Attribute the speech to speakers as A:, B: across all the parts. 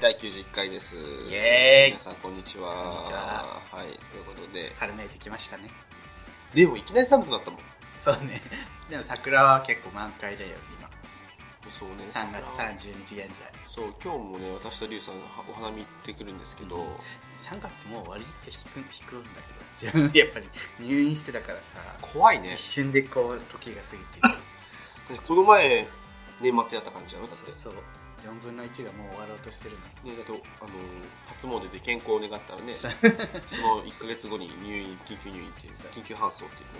A: 第91回です。イ
B: エーイ
A: 皆さんこんにちは。、
B: こんにちはい
A: ということで、
B: 春めいてきましたね
A: でもいきなり寒くなったもん。
B: そうね でも桜は結構満開だよ今
A: そうね。
B: 3月
A: 三。
B: 30日現在
A: そう、今日もね、私とリュウさんがお花見行ってくるんですけど、
B: うん3月もう終わりって引く引くんだけど自 分やっぱり入院してたからさ
A: 怖いね
B: 一。瞬でこう時が過ぎていく
A: でこの前、年末やった感じだろだって。
B: そうそう4分の1がもう終わろうとしてるの
A: ね、だと、あのー、初詣で健康を願ったらね、そ
B: そう
A: の1ヶ月後に入院、緊急入院っていう、緊急搬送っていうね。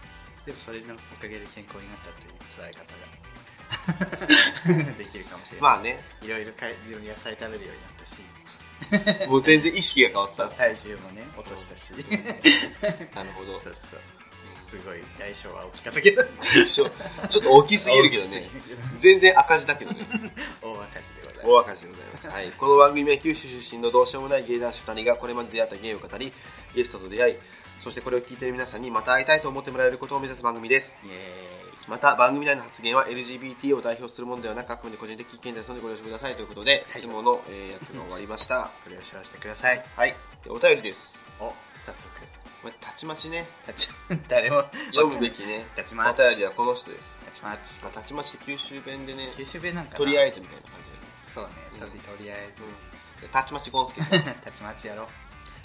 B: でもそれのおかげで健康になったっていう捉え方が できるかもしれない、
A: まあね、
B: いろいろかい自分野菜食べるようになったし
A: もう全然意識が変わってた。
B: 体重もね落としたし
A: なるほど。
B: そうそうすごい代償は大きかったけど
A: 一緒ちょっと大きすぎるけどね
B: 大き。すぎる
A: 全然赤字だけどね。
B: 大赤字でございま す
A: 大赤字でございます、はい、この番組は九州出身のどうしようもない芸男子2人がこれまで出会った芸を語りゲストと出会いそしてこれを聞いている皆さんにまた会いたいと思ってもらえることを目指す番組です
B: イエー
A: また番組内の発言は LGBT を代表するものではなくあくまで個人的意見ですのでご了承くださいということで、
B: はい
A: い、つもの、えーやつが終わりました
B: イご了承してください
A: はいでお便りです
B: お早速
A: まあたちまちね
B: 立ち誰も
A: 読むべきね
B: たちま
A: お
B: ち
A: 便りはこの人です、
B: 立ちまち
A: まあ、たちまちって九州弁でね
B: 九州弁なんかな
A: とりあ
B: ず
A: えずみたいな感じで
B: そうねとりとりあえず
A: でたちまちゴンスケさん
B: 立ちまちやろう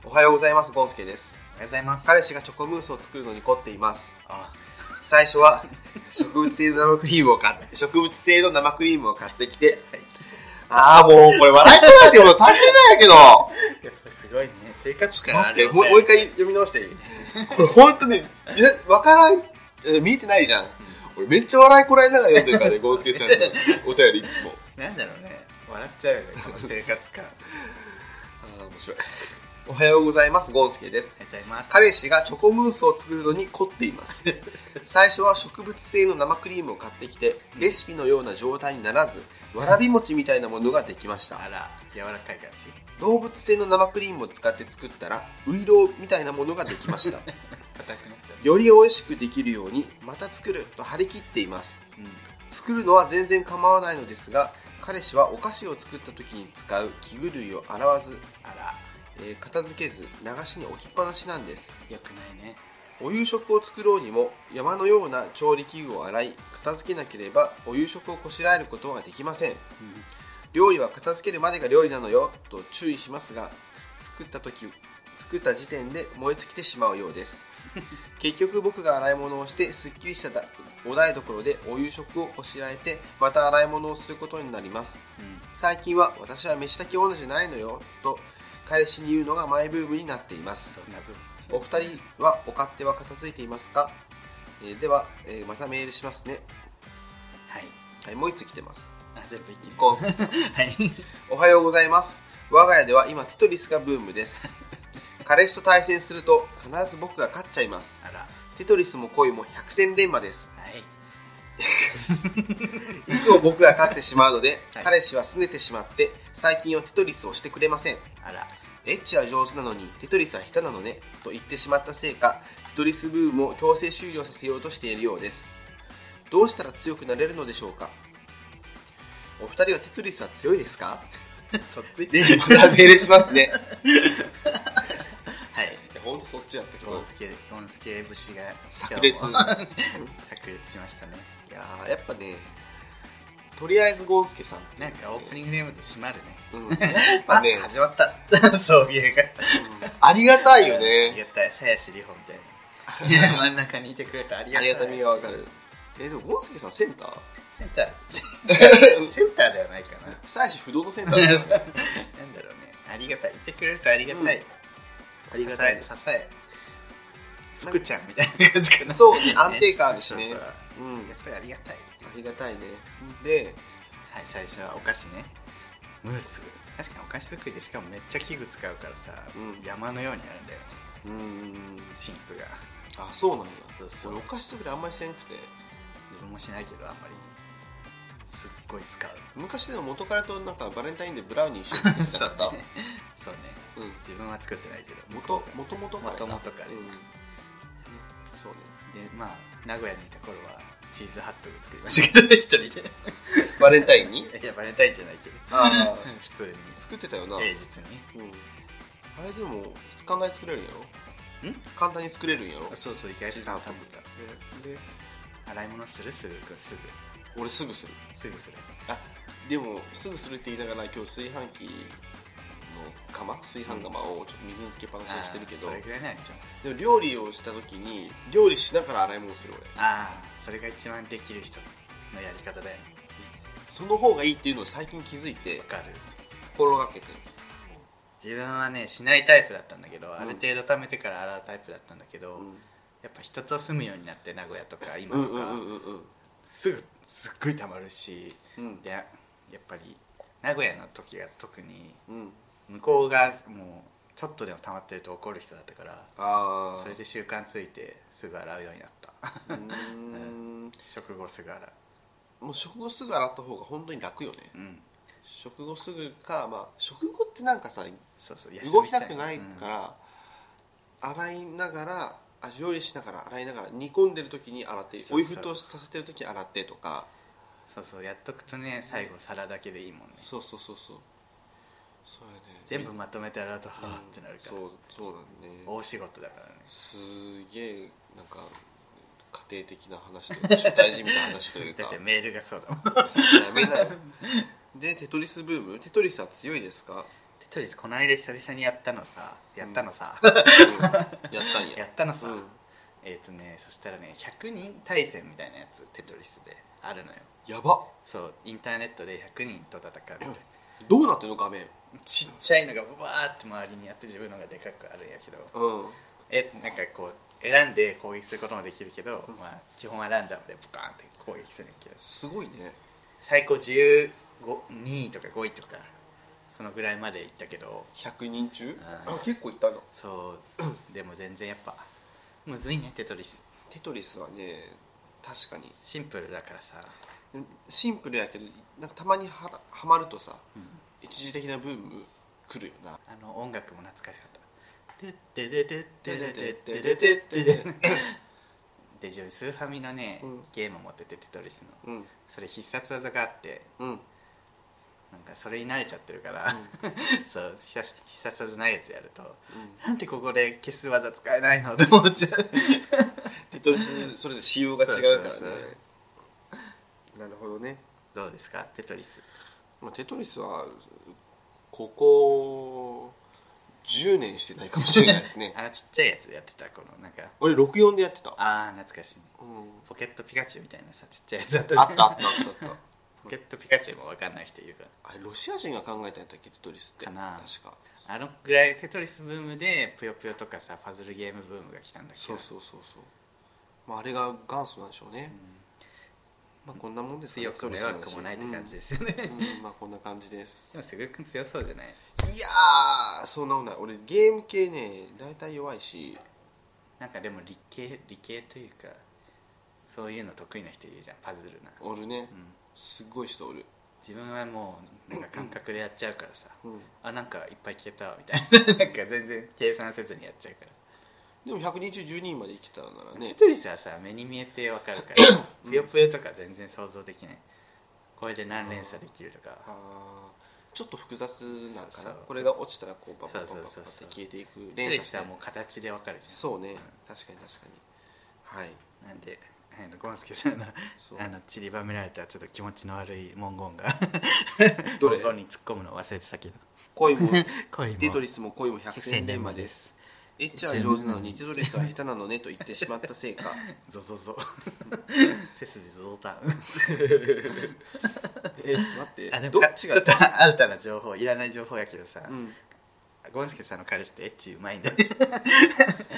A: おはようございますゴンスケです
B: おはようございます
A: 彼氏がチョコムースを作るのに凝っています
B: あ
A: 最初 は植物性の生クリームを買って植物性の生クリームを買ってきてああもうこれ笑いたくなってもう大変なんやけど
B: やっぱすごいね生活感あ
A: 待っ
B: る
A: て
B: よね
A: もうもう一回読み直していいこれ本当ねいやわからんえ見えてないじゃん俺めっちゃ笑いこらえながら読んでるからねゴンスケさんのお便りいつも
B: なんだろうね笑っちゃうよねこの生活感おはよ
A: ああ面白いおはようございますゴンスケです
B: うございます
A: 彼氏がチョコムースを作るのに凝っています 最初は植物性の生クリームを買ってきてレシピのような状態にならずわらび餅みたいなものができました
B: あら柔らかい感じ
A: 動物性の生クリームを使って作ったらウイロみたいなものができました
B: 硬くなったね
A: より美味しくできるようにまた作ると張り切っています
B: うん
A: 作るのは全然構わないのですが彼氏はお菓子を作った時に使う器具類を洗わず、
B: あら
A: えー片付けず流しに置きっぱなしなんです
B: よくないね
A: お夕食を作ろうにも山のような調理器具を洗い片付けなければお夕食をこしらえることができません
B: うん
A: 料理は片付けるまでが料理なのよと注意しますが作った時作った時点で燃え尽きてしまうようです結局僕が洗い物をしてすっきりしただお台所でお夕食をこしらえてまた洗い物をすることになります
B: うん
A: 最近は私は飯炊き女じゃないのよと彼氏に言うのがマイブームになっています
B: そんな分
A: お二人はお勝手は片付いていますか、えーでは、えーまたメールしますね。
B: はい
A: はい、もう一つ来てます。
B: あ全部一気に
A: ゴンス
B: はい
A: おはようございます。我が家では今テトリスがブームです。 彼氏と対戦すると必ず僕が勝っちゃいます。
B: あらは
A: テトリスも恋も百戦錬磨です。
B: い
A: いつも僕が勝ってしまうので、
B: はい
A: 彼氏は拗ねてしまって最近はテトリスをしてくれません。
B: あら
A: エッチは上手なのにテトリスは下手なのねと言ってしまったせいかテトリスブームを強制終了させようとしているようですどうしたら強くなれるのでしょうかお二人はテトリスは強いですか
B: そっち
A: でまたメールします ね
B: はい
A: ほんとそっちやって
B: ゴンスケゴンスケ節が
A: 炸裂
B: 今日は炸裂しましたね
A: いやーやっぱねとりあえずゴンスケさんって
B: なんかオープニングネームと閉まるね
A: うん、やっぱね
B: あ、始まった 送迎が
A: うんありがたいよ
B: あり
A: ね
B: がたい鞘師里穂み たいな真ん中にいてくれたありが
A: あ
B: た
A: り
B: い
A: がたみがわかるえでもゴンスケさんセンター
B: センターセンターではないかな
A: 妻子不動のセンタ
B: な
A: ー
B: んだ
A: で
B: ろ
A: す
B: うねありがたいいてくれるとありがたい、
A: うんありがたいです
B: 支え支え福ちゃんみたいな感じかな
A: そうね安定感あるしね
B: そうそう
A: うん
B: やっぱりありがたい
A: ありがたいね。で、
B: はい最初はお菓子ねムース確かにお菓子作りでしかもめっちゃ器具使うからさ、
A: うん
B: 山のようにあるんだよ
A: うーん、
B: シンクが
A: あ、そうなんや。
B: そうそう
A: 俺お菓子作りあんまりせんくて、
B: 自分もしないけどあんまりすっごい使 う
A: 昔でも元彼となんかバレンタインでブラウニー一緒に作ってなか った。
B: ね そうね
A: うん。
B: 自分は作ってないけど
A: 元、元々彼か。
B: 元々彼
A: うん。そうね。
B: でまあ名古屋にいた頃はチーズハットグ作りましたけどね一人で
A: バレンタインに
B: いやバレンタインじゃないけど
A: ああ
B: 普通に
A: 作ってたよな、
B: 平日に
A: うんあれでも簡単に作れるんやろ
B: ん
A: 簡単に作れるんやろ
B: あそうそう意外と
A: 小さ
B: 簡
A: な
B: 単だっ
A: でで
B: た洗い物するすぐすぐ
A: 俺すぐする
B: すぐする
A: あでもすぐするって言いながら今日炊飯器の釜炊飯釜をちょっと水につけっぱなしにしてるけ
B: あー
A: ど
B: それぐらいなんじゃ
A: で
B: ん
A: も料理をした時に料理しながら洗い物する俺
B: ああそれが一番できる人のやり方だよね
A: その方がいいっていうのを最近気づいて
B: わかる
A: 心がけてる
B: 自分はねしないタイプだったんだけど、
A: ん
B: ある程度貯めてから洗うタイプだったんだけど、
A: うん
B: やっぱ人と住むようになって名古屋とか今
A: うん
B: とか、
A: うんうんうん
B: すぐすっごい溜まるし
A: うん
B: でやっぱり名古屋の時が特に
A: うん
B: 向こうがもうちょっとでも溜まってると怒る人だったから
A: ああ
B: それ で習慣ついてすぐ洗うようになった
A: うーん
B: 食後すぐ洗
A: もう食後すぐ洗った方が本当に楽よね
B: ううん
A: 食後すぐかまあ食後ってなんかさ
B: そうそう
A: 動きたくない
B: うん
A: から、洗いながらあ料理しながら洗いながら煮込んでる時に洗って
B: そうそう
A: お湯沸騰させてる時に洗ってとか
B: そうそうやっとくとね最後皿だけでいいもんね
A: そうそうそうそうそうやね
B: 全部まとめて洗うとは
A: うん
B: ぁってなるから、
A: そうそうだね
B: 大仕事だからね
A: すげえなんか家庭的な話と いうか社会人みたいな話という
B: だっ
A: か
B: てメールがそうだもん
A: やめなよ でテトリスブームテトリスは強いです か、
B: テトリスこの間久々にやったのさやったのさ、
A: うんやったんや
B: やったのさ、
A: うん
B: えっ、とねそしたらね100人対戦みたいなやつテトリスであるのよ
A: やば
B: そうインターネットで100人と戦うみたいな
A: どうなってんの画面
B: ちっちゃいのがブワーって周りにあって自分のがでかくあるんやけど
A: うん
B: えなんかこう選んで攻撃することもできるけど、まあ、基本はランダムでボカーンって攻撃するんやけど
A: すごいね
B: 最高15 2位とか5位とかそのぐらいまでいったけど
A: 100人中
B: うん
A: あ結構いったの
B: そうでも全然やっぱむずいねテトリス
A: テトリスはね確かに
B: シンプルだからさ、
A: シンプルやけどなんかたまにはらはまるとさ一時的なブーム来るよな
B: あの音楽も懐かしかった「てっててててててててててて」で自分スーファミのね
A: うん
B: ゲーム持っててテトリスの
A: うん
B: それ必殺技があって
A: うん
B: なんかそれに慣れちゃってるから、そう必殺必殺技ないやつやるとなんでここで消す技使えないのって思っちゃう
A: テトリスそれで仕様が違うからね
B: そうそう
A: なるほどね、
B: どうですかテトリス
A: まあ、テトリスはここ10年してないかもしれないです ね
B: あのちっちゃいやつやってたこのなんか
A: 俺64でやってた、
B: ああ懐かしいね
A: うん
B: ポケットピカチュウみたいなさちっちゃいやつだったじ
A: あ
B: ゃ
A: っ
B: ん
A: たあったあったあった
B: ポケットピカチュウも分かんない人いるから
A: あれロシア人が考えたやったっけテトリスって
B: かな
A: 確か
B: あのぐらいテトリスブームでぷよぷよとかさパズルゲームブームが来たんだけど
A: そうそうそうそう、まあ、あれが元祖なんでしょうね、まあこんなもんですね
B: 強くも弱くもないって感じですよね、
A: うん、うんまあこんな感じです
B: でもすぐるくん強そうじゃない
A: いやーそんなことない俺ゲーム系ね大体弱いし
B: なんかでも理系理系というかそういうの得意な人いるじゃんパズルな、
A: おるね、
B: うん、
A: すっごい人おる
B: 自分はもうなんか感覚でやっちゃうからさ、
A: うん
B: あなんかいっぱい消えたみたいな なんか全然計算せずにやっちゃうから
A: でも100人中12人まで生きてたなら
B: テ
A: ね
B: トリスはさ目に見えてわかるからぷよぷよとか全然想像できないこれで何連鎖できるとか
A: あーちょっと複雑なんか
B: そう
A: な
B: そう
A: これが落ちたらこうバンバンバンバンバン
B: そう
A: って
B: そうそうそう
A: 消えていく
B: テト
A: 連
B: リ
A: 鎖
B: スはもう形でわかるじゃん
A: そうね確かに確かにはい
B: なんで、あのゴンスケさんの
A: そう
B: あの散りばめられたちょっと気持ちの悪い文言が
A: どれ
B: 文言に突っ込むの忘れてたけど
A: 恋 も
B: 恋も
A: テトリスも恋も百戦錬磨です。エッチは上手なのにテトリスは下手なのねと言ってしまったせいか。
B: ゾゾゾ 背筋ゾゾタン
A: え、待って
B: あで、も
A: ど
B: か
A: っち
B: ち
A: が
B: ょっと新たな情報いらない情報やけどさ、
A: うん、
B: ゴンスケさんの彼氏ってエッチうまいんだね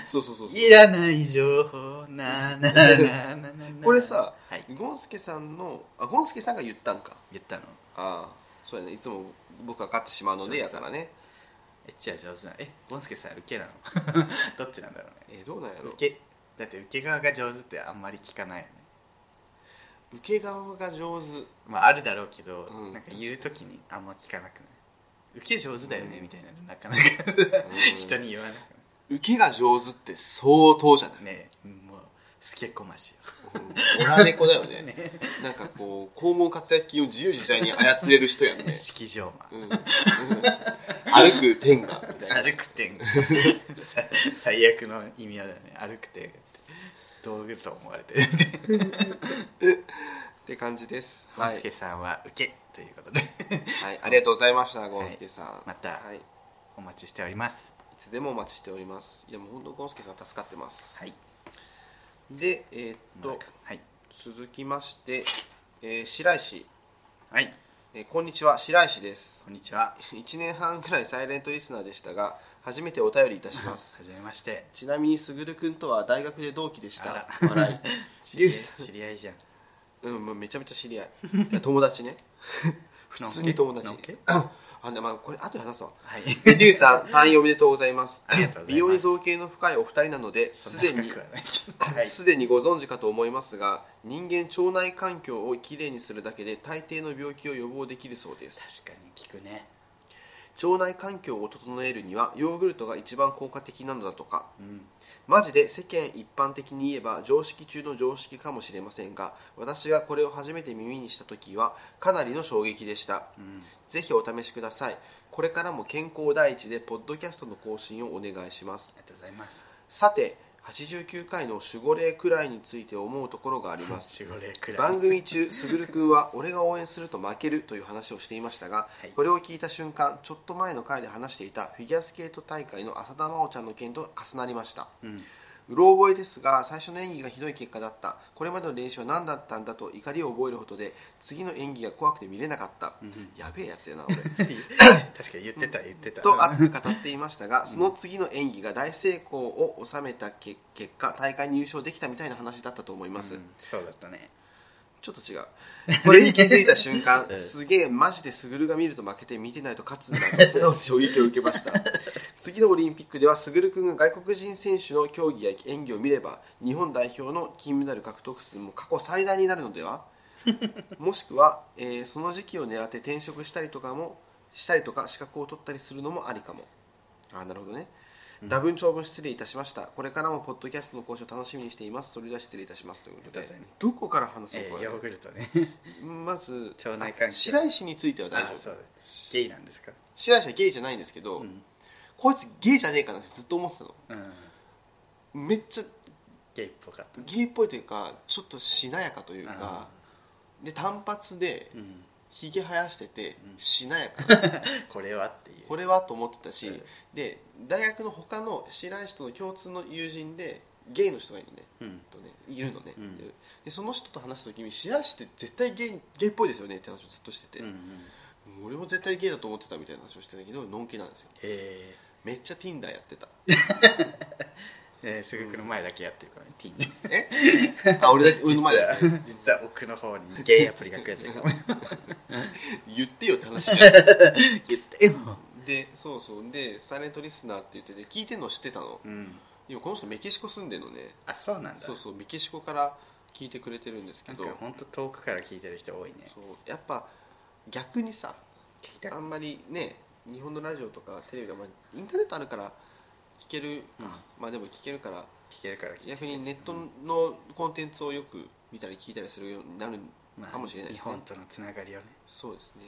A: そうそうそうそう。
B: いらない情報なな なななな
A: これさ
B: はい、
A: ゴンスケさんの、あ、ゴンスケさんが言ったんか。
B: 言ったの
A: ああ、そうやね。いつも僕が勝ってしまうので
B: そ
A: や
B: うそう
A: からね。
B: エッチは上手なのえゴンスケさんウケなの どっちなんだろうね
A: え、どうなんやろ
B: 受。けだって受け側が上手ってあんまり聞かないよね
A: 受け側が 上手。
B: まああるだろうけど、
A: うん
B: なんか言う時にあんま聞かなくない受け上手だよねみたいなのなかな
A: う
B: か
A: ん
B: 人に言わなく
A: 受けが上手って相当じゃない
B: ねもうすけこましい
A: オラ猫だよね
B: よね
A: なんかこう肛門活躍筋を自由自在に操れる人やんね、
B: 式場マン
A: うんうん歩く天下みたいな
B: 歩く 天狗さ最悪の意味合いだよね歩く天狗って道具と思われてるんで
A: って感じです
B: ゴ
A: は
B: ン
A: い
B: ス、ケさんは受けということで
A: はい、ありがとうございましたゴンスケさん、
B: また
A: はい、い
B: お待ちしております
A: つでもお待ちしておりますいやもう本当ゴンスケさん助かってます、
B: はい
A: でえーっと
B: はい
A: 続きまして、えー白石、
B: はい
A: えーこんにちは白石です
B: こんにちは
A: 1年半くらいサイレントリスナーでしたが初めてお便りいたします
B: はじめまして
A: ちなみにすぐるくんとは大学で同期でし
B: あ
A: た
B: ら
A: 笑い
B: 知り合い
A: リュウさん
B: 知り合いじゃん
A: うん、まあ、めちゃめちゃ知り合いいや友達ね 普通に友達
B: のん け
A: あで、まあ、これ後で話すわ
B: はい
A: リュウさん退院おめでとうございます
B: ありがとうございます
A: 美容に造形の深いお二人なので
B: そ
A: す
B: んな
A: で
B: 深
A: に
B: くはないしはい
A: すでにご存知かと思いますが人間腸内環境をきれいにするだけで大抵の病気を予防できるそうです
B: 確かに聞くね
A: 腸内環境を整えるにはヨーグルトが一番効果的なのだとか
B: うん
A: マジで世間一般的に言えば常識中の常識かもしれませんが私がこれを初めて耳にした時はかなりの衝撃でした
B: うん
A: ぜひお試しくださいこれからも健康第一でポッドキャストの更新をお願いします
B: ありがとうございます
A: さて89回の守護霊くらいについて思うところがあります
B: 守護霊くらい
A: 番組中卓君は俺が応援すると負けるという話をしていましたが、
B: はい
A: これを聞いた瞬間ちょっと前の回で話していたフィギュアスケート大会の浅田真央ちゃんの件と重なりました
B: うん
A: うろ覚えですが最初の演技がひどい結果だったこれまでの練習は何だったんだと怒りを覚えるほどで次の演技が怖くて見れなかった、やべえやつやな俺
B: 確かに言ってた言ってた
A: と熱く語っていましたがその次の演技が大成功を収めたけ結果大会に優勝できたみたいな話だったと思います、
B: うんそうだったね、
A: ちょっと違う。これに気づいた瞬間
B: うん
A: す げえ、マジでスグルが見ると負けて見てないと勝つんだと、素直に 衝撃を受けました。次のオリンピックでは、スグル君が外国人選手の競技や演技を見れば、日本代表の金メダル獲得数も過去最大になるので はもしくは、えーその時期を狙って転職したりとかも、したりとか資格を取ったりするのもありかも。あーなるほどね。多分長文失礼いたしました。これからもポッドキャストの講師を楽しみにしています。それでは失礼いたしますということ
B: あり
A: で
B: がとうございま。
A: どこから話そう
B: え
A: こ
B: ー
A: れ
B: ヨーグルトね
A: まず
B: 腸内環境
A: あ白石については大
B: あ
A: 丈
B: そ
A: 夫
B: うゲイなんですか
A: 白石はゲイじゃないんですけど、
B: うん
A: こいつゲイじゃねえかなってずっと思ってたの
B: うん
A: めっちゃ
B: ゲイっぽかった
A: ゲイっぽいというかちょっとしなやかというか
B: あ
A: で短髪で
B: うん
A: ひげ生やしてて
B: うん
A: しなやか、
B: これはっていう
A: これはと思ってたし、
B: うん
A: で大学の他の白石との共通の友人でゲイの人がいるね
B: うん
A: とねいるのね、
B: うん
A: でその人と話した時に白石って絶対ゲイゲイっぽいですよねって話をずっとしてて、
B: うんうん
A: 俺も絶対ゲイだと思ってたみたいな話をしてたけどのんきなんですよ
B: え
A: めっちゃ Tinder や ってた
B: ーえーすぐくの前だけやってるからねティーン
A: えあ俺だけ俺の
B: 実
A: 前だ
B: は
A: け
B: 実は奥の方にゲイアプリが増えてるかも
A: 言ってよって 話じゃん
B: 言ってよ
A: でそうそうでサイレントリスナーって言ってて聞いてんの知ってたの
B: うん
A: 今この人メキシコ住んでるのね
B: あそうなんだ
A: そうそうメキシコから聞いてくれてるんですけ
B: なん
A: ど
B: か本当遠くから聞いてる人多いね
A: そうやっぱ逆にさ
B: 聞きた
A: あ
B: うん
A: んまりね日本のラジオとかテレビが、まあ、インターネットあるから聞けるか、まあでも聞けるから
B: 聞けるから聞いてる
A: 逆にネットのコンテンツをよく見たり聞いたりするようになるかもしれないですね、
B: まあ日本とのつながりをね
A: そうですね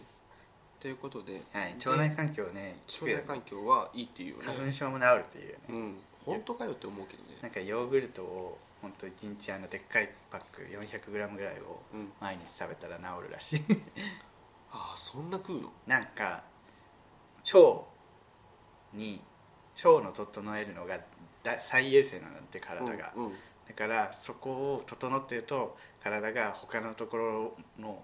A: ということで、
B: はい
A: で
B: 腸内環境ね聞
A: 腸
B: くよ
A: 内
B: ね
A: 環境はいいっていうよ
B: 花
A: ね
B: 粉症も治るっていうよね
A: うん本当かよって思うけど
B: な
A: ね
B: んかヨーグルトを本当一日あのでっかいパック 400g ぐらいを
A: うん
B: 毎日食べたら治るらしい
A: ああそんな食うの
B: なんか腸に腸の整えるのがだ最優先なんだって体が、
A: うんうん
B: だからそこを整ってると体が他のところの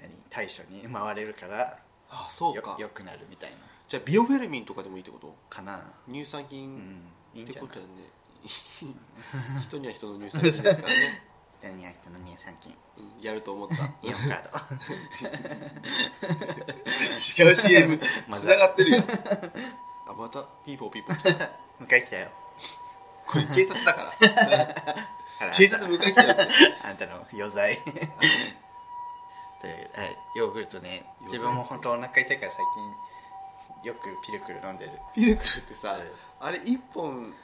B: 何対処に回れるから
A: ああそう
B: よ
A: か
B: よくなるみたいな
A: じゃあビオフェルミンとかでもいいってこと
B: かな
A: 乳酸
B: う
A: 菌
B: んいい
A: っ
B: ん
A: て
B: じゃ
A: こ
B: ない
A: とやね人には人の乳酸菌ですからね、
B: 何や人の乳 酸菌
A: うんやると思った
B: イオンカード
A: 違う CM
B: まだ
A: つながってるよあまたピーポーピーポー来た
B: 迎え来たよ
A: これ警察だから
B: あら
A: 警察迎え来ちゃう
B: あんたの余罪という、はい、ヨーグルトね
A: 余罪
B: 自分も本当お腹痛いから最近よくピルクル飲んでる
A: ピルクルってさ、あれ1本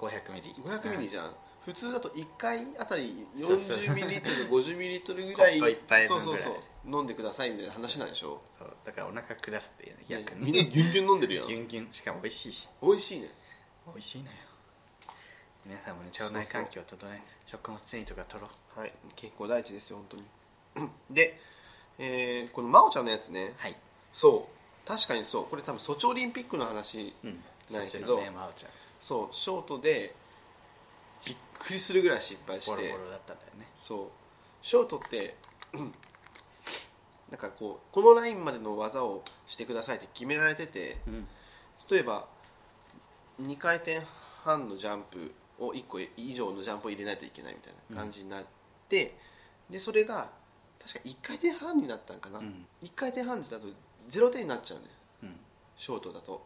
B: 500ミリ
A: 500ミリじゃん、普通だと1回あたり
B: そうそう
A: 40ミリリットル50ミリリットルぐらい
B: コップ一杯分
A: そう
B: ぐ
A: そう
B: らい
A: そう飲んでくださいみたいな話なんでしょ
B: そうだからお腹下すっていうね逆
A: み
B: に
A: んなギュンギュン飲んでるやん
B: ギュンギュンしかも美味しいし
A: 美味しいね
B: 美味しいのよ皆さんもね腸内環境を整え食物繊維とか取ろう
A: はい健康第一ですよ本当に で、えーこの真央ちゃんのやつね
B: はい
A: そう確かにそうこれ多分ソチオリンピックの話
B: うんそ
A: な
B: っ
A: い
B: ち
A: けど
B: のね真央ちゃん
A: そうショートでびっくりするぐらい失敗して
B: ボロボロだったんだよね
A: そうショートってうんなんかこうこのラインまでの技をしてくださいって決められてて
B: うん
A: 例えば2回転半のジャンプを1個以上のジャンプを入れないといけないみたいな感じになって、でそれが確か1回転半になったんかな、
B: うん
A: 1回転半だと0点になっちゃうね
B: うん
A: ショートだと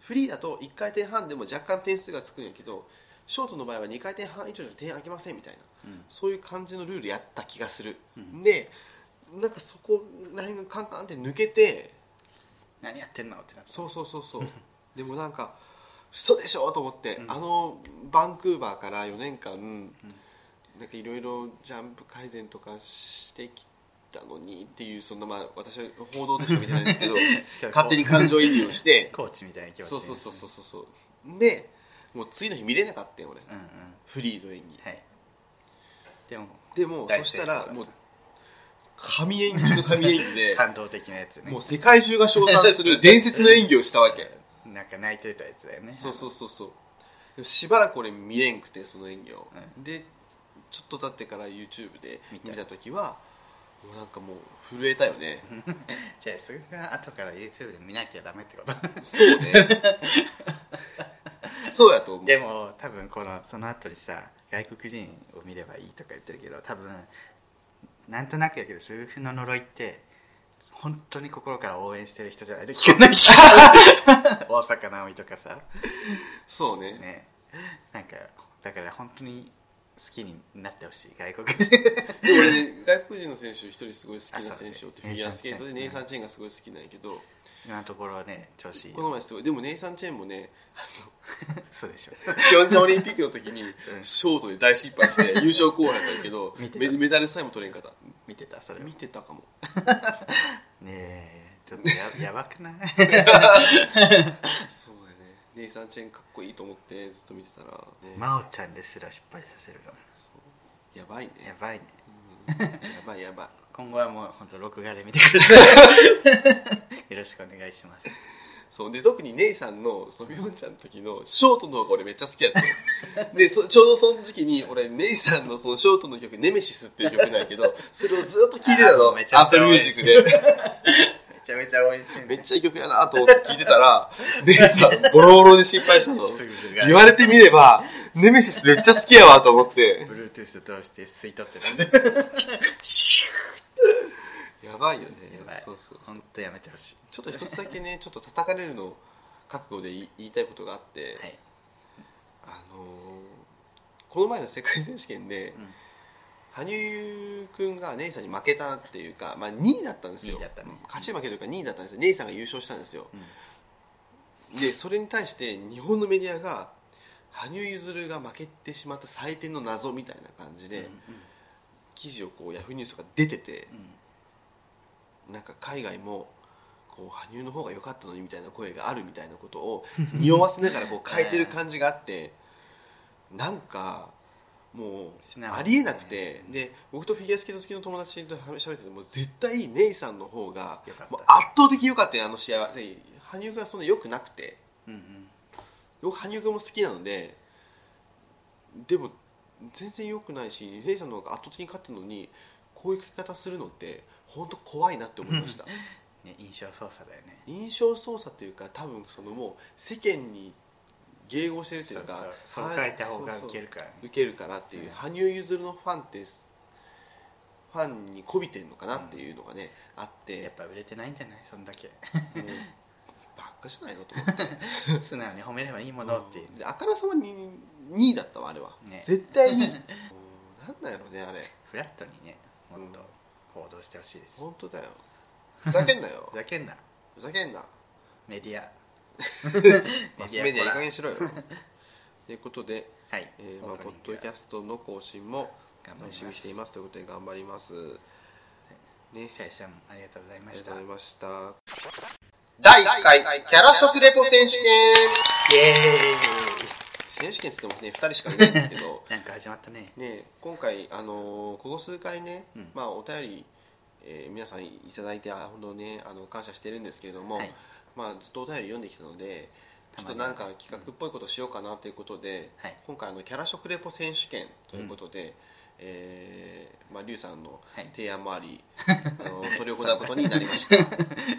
A: フリーだと1回転半でも若干点数がつくんやけどショートの場合は2回転半以上じゃ点あげませんみたいな
B: うん
A: そういう感じのルールやった気がする、
B: うん
A: でなんかそこら辺がカンカンって抜けて
B: 何やってんのってなって
A: そうそうそうそうでもなんか嘘でしょと思って、
B: うん
A: あのバンクーバーから4年間、なんかいろいろジャンプ改善とかしてきたのにっていうそんなまあ私は報道でしか見てないんですけ ど
B: じゃあ
A: 勝手に感情移入をして
B: コーチみたいな 気持ち
A: そう
B: に
A: そうそうそうそうそうでもう次の日見れなかったよ俺、
B: うんうん
A: フリーの演技
B: はいでも
A: でも
B: 大
A: そ
B: 成
A: したら
B: 功
A: もう
B: だった
A: 神演技中の神演技 で
B: 感動的なやつね
A: もう世界中が称賛する伝説の演技をしたわけ
B: なんか泣いてたやつだよね
A: そうそうそうそうでもしばらく俺見れんくてその演技を、
B: う
A: でちょっと経ってから YouTube で
B: 見た
A: 見た時はもうなんかもう震えたよね
B: じゃあそれが後から YouTube で見なきゃダメってこと
A: そう ねそうやと思う
B: でも多分このその後にさ外国人を見ればいいとか言ってるけど多分なんとなくやけど数分の呪いって本当に心から応援してる人じゃないと聞かな いし大坂なおみとかさ
A: そうね
B: ねなんかだから本当に好きになってほしい外国人
A: で俺ね外国人の選手一人すごい好きな
B: あそう
A: 選手をってフィギュアスケートでネ
B: ネ
A: イ
B: イ
A: サ
B: サ
A: ン・チェンがすごい好きなんやけど
B: 今のところはね調子いい
A: この前すごいでもネイサン・チェンもね
B: そうでしょ
A: ピョンチャンオリンピックの時にショートで大失敗して 優勝候補やったんやけど
B: 見てた
A: メメダルさえも取れんかった
B: 見てたそれは
A: 見
B: ね
A: てたかも
B: えちょっとややば くない
A: そうやねネイサン・チェンかっこいいと思ってずっと見てたら、ね
B: 真央ちゃんですら失敗させるよ
A: そうやばいね
B: やばいね
A: うんやばいやばい
B: 今後はもう本当録画で見てくださ いよろしくお願いします
A: そうで特にネイさんのそのピョンチャンの時のショートの方が俺めっちゃ好きやった でそちょうどその時期に俺ネイさんのそのショートの曲「ネメシス」っていう曲なんやけどそれをずっと聴いてたの
B: あーめちゃめちゃ
A: Apple Music で
B: めちゃめちゃ応援してる
A: めっちゃいい曲やなと思って聴いてた らネイさんボロボロで失敗したの
B: すぐ
A: 言われてみればネメシスめっちゃ好きやわと思って
B: ブルートゥース通して吸い取ってたんでシュ
A: やばいよね
B: ーやばい
A: そうそうそう
B: 本当やめ てほしい
A: ちょっと一つだけねちょっと叩かれるのを覚悟で言い言いたいことがあって、
B: はい、
A: あのーこの前の世界選手権で、
B: うん
A: 羽生君がネイさんに負けたっていうか、まあ、2位だったんですよ
B: 2位だったね
A: 勝ち負けというか2位だったんですよネイさんが優勝したんですよ、でそれに対して日本のメディアが羽生結弦が負けてしまった採点の謎みたいな感じで、記事をこうヤフーニュースとか出てて、
B: うん
A: なんか海外もこう羽生の方が良かったのにみたいな声があるみたいなこと を匂わせながらこう書いてる感じがあってなんかもう
B: 素直だね
A: ありえなくてで僕とフィギュアスケート好きの友達と喋ってても絶対ネイさんの方が
B: 良かった
A: もう圧倒的に良かったよあの試合はで羽生君はそんな良くなくて
B: うんうん
A: 僕羽生君も好きなのででも全然良くないしネイさんの方が圧倒的に勝ってるのにこういう書き方するのって本当怖いなって思いました。
B: ね、印象操作だよね
A: 印象操作というか多分そのもう世間に迎合してるとい
B: そうう
A: か
B: そうそう書いた方がウケるからね
A: 受けるからっていう、
B: うん
A: 羽生結弦のファンってすファンに媚びてるのかなっていうのがね、あって
B: やっぱ売れてないんじゃないそんだ け
A: もうバカじゃないのと思って
B: 素直に褒めればいいものっていう、
A: であからさまに2位だったわあれは、
B: ね
A: 絶対 にうんなんなんやろねあれ
B: フラットにねもっと報道してほしいです、
A: 本当だよふざけんな よ
B: ふざけんな
A: ふざけんな
B: メディア
A: マスメディアいい加減にしろよということで、
B: はい、
A: えーまあ、
B: オープ
A: ポ
B: ニ
A: ッ
B: ング
A: ドキャストの更新も
B: 頑張り
A: 楽
B: ます
A: しみにしていますということで頑張ります。ね、
B: シャイさんもありがとうござい
A: あ
B: ま
A: りが
B: し
A: と
B: た
A: うございました。第1回キャラ食レポ選手権
B: イエ
A: 選手権って言ってもね、2人しかいないんですけど、
B: ーイなんか始まったね
A: ね、今回、あのーここ数回ね、
B: うん
A: まあ、お便り、えー皆さんいただいて、あ本当ね、あの感謝してるんですけれども、
B: はい
A: まあ、ずっとお便り読んできたので、ちょった
B: ま
A: と
B: に
A: なんか企画っぽいことしようかなということで、
B: はい
A: 今回あの、キャラ食レポ選手権ということで、えーまあ、リュウさんの
B: はい
A: 提案もあ り、あの取り行うことになりました。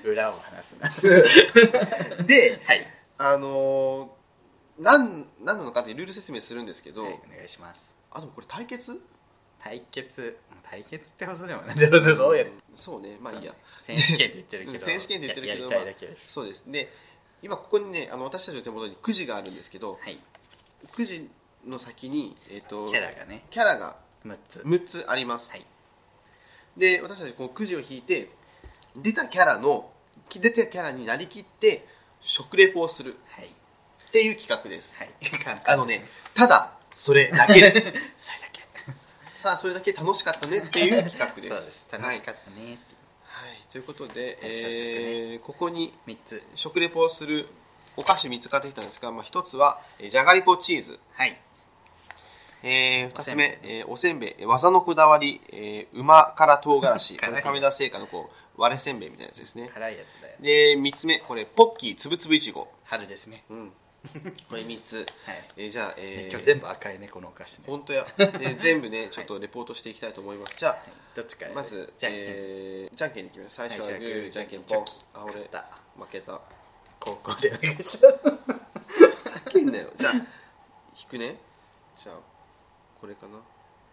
B: 裏を話すな で、はい、
A: あのー、なん何なのかってルール説明するんですけど、
B: はいお願いします
A: あでもこれ対決
B: 対決対決ってほどでも ないどうどうやって
A: そうねまあいいや
B: 選手権って言ってるけど
A: 選手権って言ってるけど
B: ややりたいだけです、
A: そうですね今ここにねあの私たちの手元にくじがあるんですけど
B: はい
A: くじの先に、えっと
B: キャラがね
A: キャラが
B: 6つ
A: 6つあります、
B: はい
A: で私たちこのくじを引いて出たキャラの出たキャラになりきって食レポをする
B: はい
A: っていう企画です、
B: はい 簡単です
A: あのねただそれだけです
B: それだけ
A: さあそれだけ楽しかったねっていう企画です
B: そうです楽しか
A: っ
B: ったねって、
A: た、はいはいということで、
B: はい早速ね
A: えーここに
B: 3つ
A: 食レポをするお菓子3つ買ってきたんですが、まあ、1つはえーじゃがりこチーズ、
B: はい
A: え2つ目
B: おせんべい
A: えーおせんべいえー技のこだわり、えー、馬から唐辛子
B: 辛い
A: 亀田製菓のこう割れせんべいみたいなやつですね
B: 辛いやつだよ
A: で3つ目これポッキーつぶつぶいちご、
B: 春ですね
A: うん、これ3つ、
B: はい、
A: えーじゃあ、え
B: ね
A: ー
B: 今日全部赤いねこのお菓子ね
A: 本当や、えー全部ねちょ っとレポートしていきたいと思います、じゃあ
B: どっちから
A: まず
B: じゃんけん、
A: えーじゃんけんに決めます最初は
B: はい
A: グーじゃんけん
B: じ
A: ポ
B: ゃん
A: ン
B: けん
A: あ俺
B: 勝
A: 負
B: った
A: けた
B: 高校でお願いします
A: 叫んだよじゃあ引くねじゃあこれかな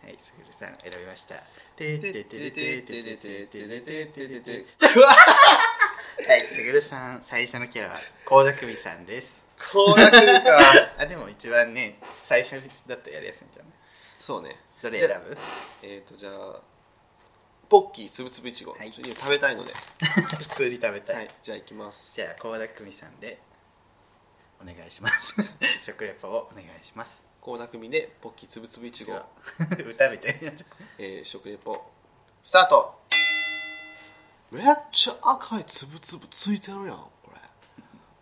B: はい、すぐるさん選びました。ててててててててててててはい、すぐるさん、最初のキャラは高田久美さんです。
A: こうなってるか
B: あ、でも一番ね、最初だったらやりやすいんじゃない。
A: そうね
B: どれ選ぶ？
A: えっ、とじゃあポッキーつぶつぶいちご、
B: はい
A: ちょっと今食べたいので、
B: 普通に食べたい。
A: はい、じゃあいきます
B: じゃあ高田久美さんでお願いします。食レポをお願いします。
A: 倖田來未でポッキーつぶつぶいち
B: 違
A: ご
B: う、歌みたいになっちゃ
A: えー食レポスタートめっちゃ赤いつぶつぶついてるやんこれ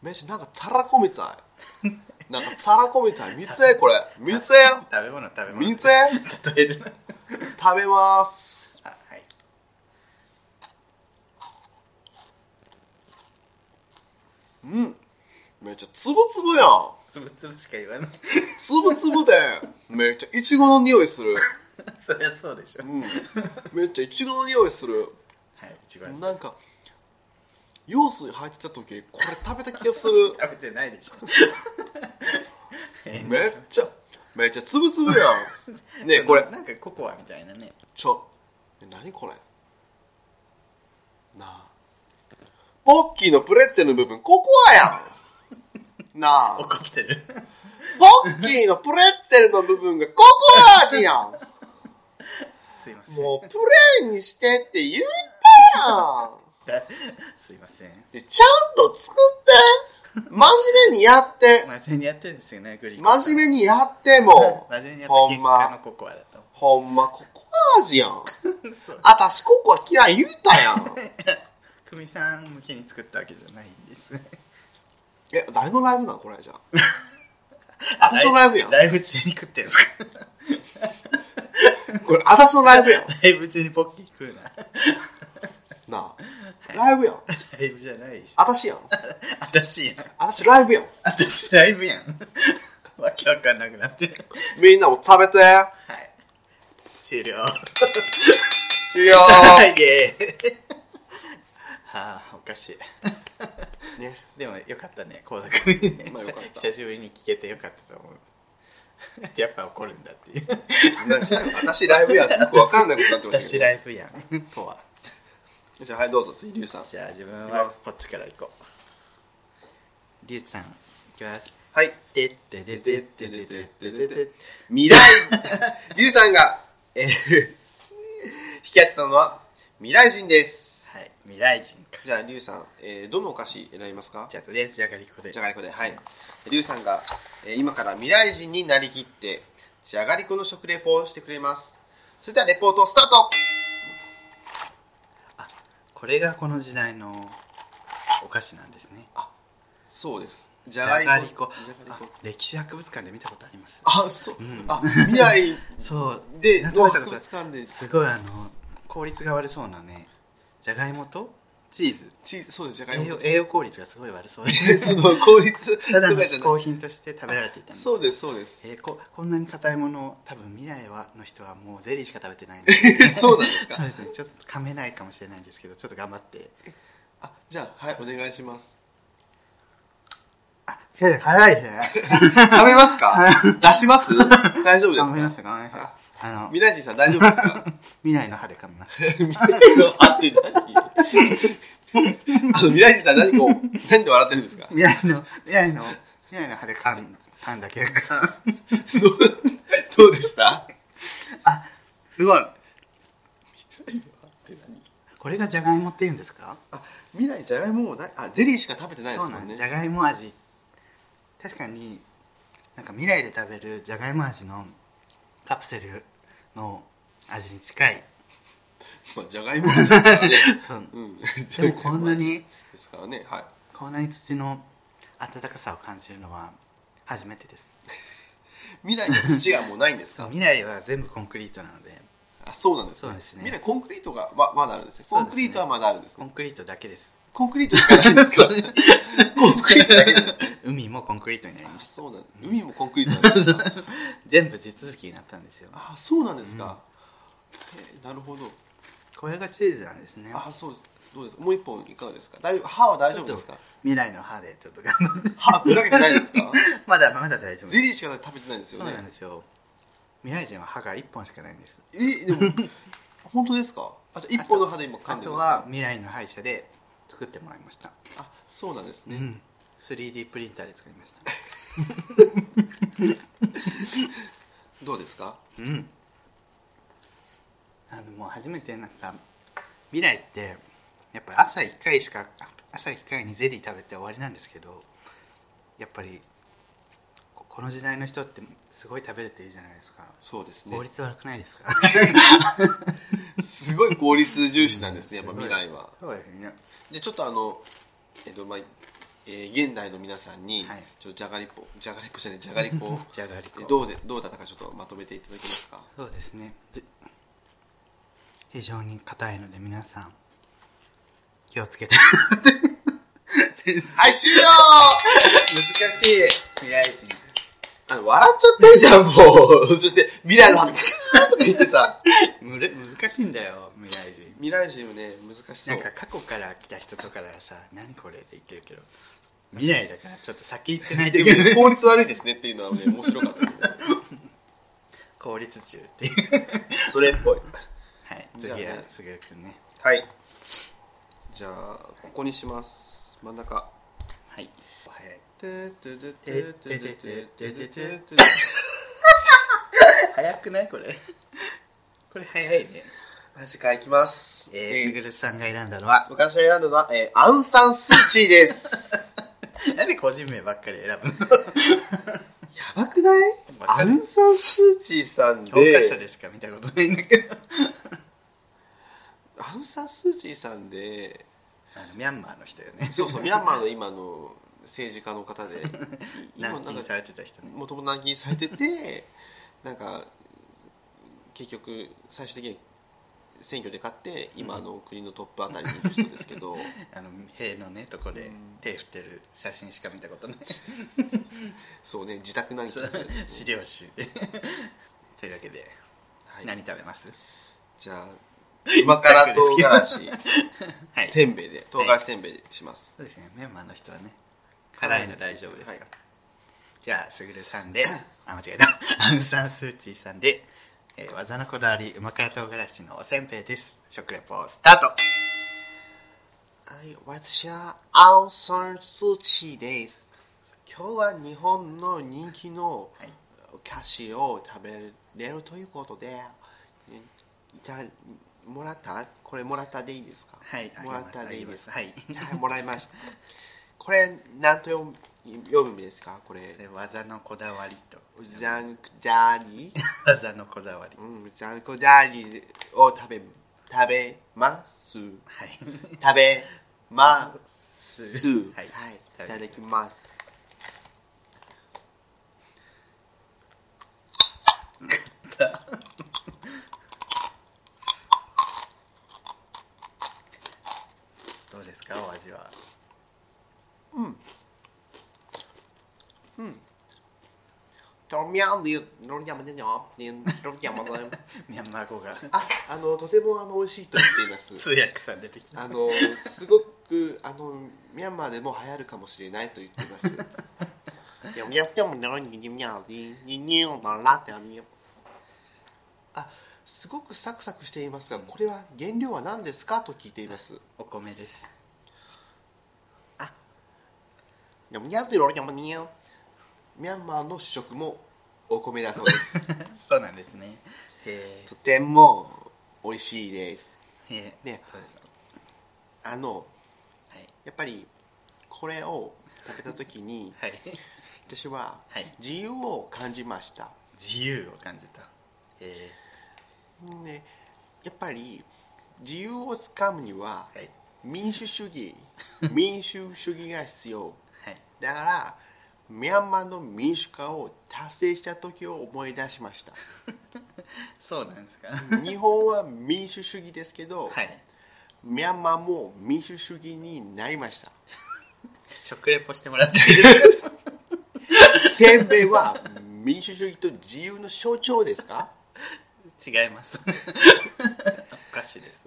A: めっちゃなんかたらこみたいなんかたらこみたい見つえこれ見つえ
B: う。食べ物食べ物。
A: 見つえ
B: 例えるな。
A: 食べます
B: あ、はい。
A: うんめっちゃつぶつぶやん
B: つぶつぶしか言わない。
A: つぶつぶでめっちゃいちごの匂いする
B: そりゃそうでしょ
A: う。んめっちゃいちごの匂いする
B: はい、一番
A: なんか用水入ってた時これ食べた気がする
B: 食べてないで しょめ
A: めっちゃめっちゃつぶつぶやんねえこれ
B: なんかココアみたいなね
A: ちょね何これなあポッキーのプレッツェルの部分ココアやんなあ
B: 怒ってる
A: ポッキーのプレッツェルの部分がココア味やん
B: すいません
A: もうプレーンにしてって言ったやん
B: だすいません
A: でちゃんと作って真面目にやって
B: 真面目にやってるんですよねグリコ
A: 真面目にやっても
B: 真面目にやった
A: ほ
B: 結
A: ん
B: 果の
A: ま
B: ココアだと
A: ほんまココア味やん
B: そう
A: あたしココア嫌い言うたやん
B: 久美さん向けに作ったわけじゃないんですね
A: え誰のライブなんこれじゃ あ私のライブやん
B: ライブ中に食ってんす か
A: これあたしのライブやん
B: ライブ中にポッキー食うな
A: なあライブやん
B: ライブじゃないでしょ
A: あたしやん
B: あたしやん
A: あたしライブやん
B: あたしライブやんわけわかんなくなってる
A: みんなも食べて
B: はい終了
A: 終 了
B: はい、ゲー。 はあ、おかしい。
A: ね
B: でも、よかったね、倖田來未ね
A: まあよかった
B: 久しぶりに聞けてよかったと思 う。やっぱ怒るんだ っていう。
A: なんか最後私ライブやってよくわかんないことになってましたけ
B: 私ライブやん。 ポア。
A: どじゃあはいどうぞ水流さん
B: じゃあ、自分
A: 行きま
B: はこっちから行こう。リュウさん、いきます。
A: はい
B: てっててててててててて。
A: 未来リュウさんが、えー引き合ってたのは未来人ですです、
B: はい未来人か
A: じゃあリュウさん、えーどのお菓子選びますか
B: じゃあとりあえずじゃがりこで
A: じゃがりこではいリュウさんが、えー今から未来人になりきってじゃがりこの食レポをしてくれますそれではレポートスタート
B: これがこの時代のお菓子なんですね
A: そうですじ
B: じ
A: ゃ
B: ゃが
A: が
B: り
A: り
B: こ
A: こ
B: あ歴史博物館で見たことあります
A: あそう、
B: ん
A: あ未来
B: そう
A: で
B: なんか
A: どう
B: 見たことある
A: 掴んです
B: ごいあの効率が悪そうなねじゃがいもとチーズ
A: チーズそうですじゃがい
B: 栄
A: も
B: 養栄養効率がすごい悪そう で
A: その効率とかじ
B: た
A: ゃな
B: だ
A: い
B: の嗜好品として食べられていたんです
A: そうですそうです
B: えーここんなに硬いものを多分未来はの人はもうゼリーしか食べてないので
A: そうなんですか
B: そうですねちょっと噛めないかもしれないんですけどちょっと頑張って
A: あじゃあはいお願いします
B: あ辛いね
A: 食べますか出し ます大丈夫で
B: 噛めます
A: か
B: した噛めましたあの
A: 未来人さん大丈夫ですか
B: 未来の歯で噛みました
A: 未来の あって何あの未来人さん何こう何で笑ってるんですか
B: 未来の未来の未来の歯で噛ん噛んだ 結果
A: どうどうでした
B: すごいこれがじゃがいもって言うんですか
A: あ未来じゃがいももないあゼリーしか食べてないで
B: そ
A: す
B: う
A: も
B: なん
A: ん
B: で
A: ね
B: すじゃがいも味確かになんか未来で食べるじゃがいも味のカプセルの味に近い
A: まあじゃがいもですから ね
B: そう
A: うん
B: でもこんなに
A: ですからねはい
B: こんなに土の温かさを感じるのは初めてです
A: 未来の土がもうないんです
B: そう
A: か
B: 未来は全部コンクリートなので
A: あそうなんです
B: そうですね
A: 未来コンクリートがままだあるんですね
B: そう
A: コ
B: で
A: ンク
B: すね
A: リートはまだあるんです
B: コ
A: ね
B: ンクリートだけです
A: コンクリートしかないんですかコンクリートだけです
B: 海もコンクリートになり
A: あ
B: まし
A: そうなん海もコンクリートなん ですか
B: た全部地続きになったんですよ
A: あそうなんですか、えーなるほど
B: これがチーズなんですね
A: あそうですどうですかもう一本いかがですか大丈夫歯は大丈夫ですか
B: 未来の歯でちょっと頑張って
A: 歯ぶらけてないです か
B: まだまだ大丈夫です
A: ゼリーしか食べてないんですよ
B: そうなん
A: ね
B: ですよ未来人は歯が1本しかないんです
A: えでも本当ですかあじゃあ一本の歯で今噛
B: あ
A: んで
B: と
A: ますか
B: は未来の歯医者で作ってもらいました、
A: あそうなんですね、
B: うん、3D プリンターで作りました
A: どうですか
B: うんあのもう初めてなんか未来ってやっぱり朝1回しかあ朝1回にゼリー食べて終わりなんですけどやっぱりここの時代の人ってすごい食べるっていうじゃないですか
A: そうですね
B: 効率悪くないですか
A: すごい効率重視なんですねやっぱ
B: うんすご
A: 未
B: い
A: 来は
B: そうですね
A: でちょっとあのえっとまあえー現代の皆さんに、
B: はい
A: ちょっとじゃがりこじゃがりこじゃないじゃがりこ
B: じゃがりこ
A: えどうでどうだったかちょっとまとめていただけますか
B: そうですねず非常に硬いので皆さん気をつ けて
A: はい終了
B: 難しい未来人
A: あの笑っちゃってるじゃんもうそして未来の話とか言ってさ
B: むれ難しいんだよ未来人
A: 未来人もね難しそ
B: な
A: うん
B: か過去から来た人とかならさ「何これ」って言ってるけど未来だからちょっと先行ってないといけな
A: でも
B: い
A: 効率悪いですねっていうのはね面白かったけど
B: 効率中っていう
A: それっぽい
B: はい
A: じ
B: 次
A: ゃあね
B: は杉くんね
A: はいじゃあここにします真ん中
B: はい早い
A: ててててててててててて
B: 早くないこれこれ早いね
A: マジかいきます
B: えー、す
A: えー
B: ぐるさんが選んだのは
A: 昔選んだのは、えーアウンサンスーチーです
B: なんで個人名ばっかり選ぶの
A: やばくない
B: わ
A: ア
B: か
A: ウ
B: る
A: ンサンスーチーさんで
B: 教科書でしか見たことないんだけ ど
A: アウンサンスーチーさんで
B: あのミャンマーの人よね
A: そうそうミャンマーの今の政治家の方 で今
B: 軟
A: なん
B: 禁
A: か
B: されてた人ね
A: もともと軟禁されててなんか結局最終的に選挙で勝って今の国のトップあたりにいる人ですけど
B: あの塀のねとこで手振ってる写真しか見たことない
A: そうね自宅軟禁されてる
B: 資料集でというわけで、
A: はい、
B: 何食べます
A: じゃあ今から唐辛子
B: はいそ
A: せんべいで唐辛子せんべいでします、
B: うですねメンマーの人はね辛いの大丈夫ですか
A: はい
B: じゃあすぐるさん であ間違えたアウン・サン・スー・チーさんで、えー技のこだわりうま辛唐辛子のおせんべいです食レポスタート
A: はい、私はアウン・サン・スー・チーです今日は日本の人気の
B: はい
A: お菓子を食べれるということでいたもらったこれもらったでいいですか
B: はいあげ
A: もらっ
B: ます
A: た
B: あ
A: でい
B: げ
A: い
B: ま
A: です
B: すはい
A: はいもらいましたこれ何と読む読むんですかこれ
B: それ技のこだわりと
A: ジャンクジャーニー
B: 技のこだわり
A: うんジャンクジャーニーを食べ食べます食
B: はい
A: べますす
B: はい
A: いただきます
B: どうですかお味は
A: トミャンディロリャムでよロリャムで
B: ミャンマー語が
A: ああのとてもあの美味しいと言っています
B: 通訳さん出てきた
A: あのすごくあのミャンマーでも流行るかもしれないと言っています。いやミャンマーのにににゃにににょまらってあみよあすごくサクサクしていますがこれは原料は何ですかと聞いています。
B: お米 です
A: ミャンマーの主食もお米だそうです。
B: そうなんですねへ
A: とても美味しいです。
B: えへえ
A: ね
B: そうです
A: あの
B: はい
A: やっぱりこれを食べた時に
B: はい
A: 私は
B: はい
A: 自由を感じました。
B: 自由を感じたへ
A: ね、やっぱり自由をつかむには
B: えはい
A: 民主主 義民主主義が必要
B: はい
A: だからミャンマーの民主化を達成した時を思い出しました
B: そうなんですか
A: 日本は民主主義ですけど、
B: はい
A: ミャンマーも民主主義になりました
B: 食レポしてもらっていいですか
A: せんべいは民主主義と自由の象徴ですか
B: 違いますおかしいです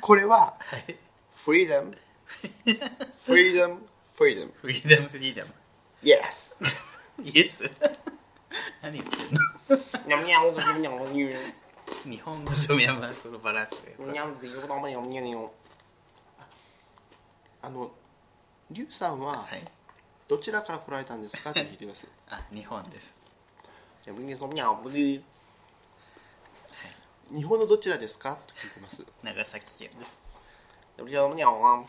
A: これは
B: はい
A: フリーダム フリーダムフリーダム
B: フリーダムフリーダム
A: Yes
B: イエス何言ってんの
A: ニャムニャムニャムニャムニャム
B: 日本語とミャンマー語のバランスが
A: にゃんって言うことあんまり読み上げよあのリュウさんは
B: はい
A: どちらから来られたんですかって 聞いてます
B: あ日本です
A: いやみんなそんにゃん日本のどちらですかと聞いてます
B: 長崎県です
A: にゃんにゃん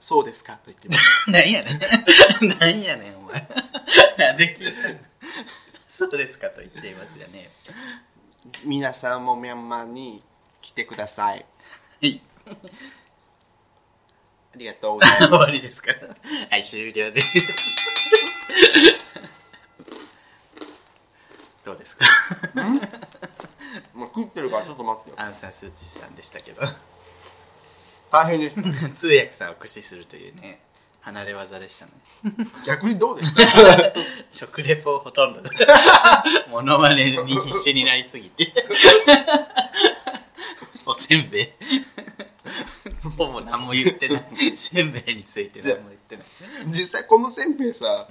A: そうですかと言ってます
B: なんやねん。 なんやねん、お前。なんで聞いたのそうですかと言っていますよね。
A: 皆さんもミャンマーに来てください
B: はい。
A: ありがとうございます
B: 終わりですから。はい、終了です。どうですか
A: もう食ってるからちょっと待ってよ
B: アンサン・スー・チーさんでしたけど、
A: 大変です
B: 通訳さんを駆使するというね、離れ技でしたね。
A: 逆にどうで した
B: 食レポほとんど、 モノマネに必死になりすぎて、 おせんべい、ほぼ何も言ってない、せんべいについて何も言ってない。
A: 実際このせんべいさ、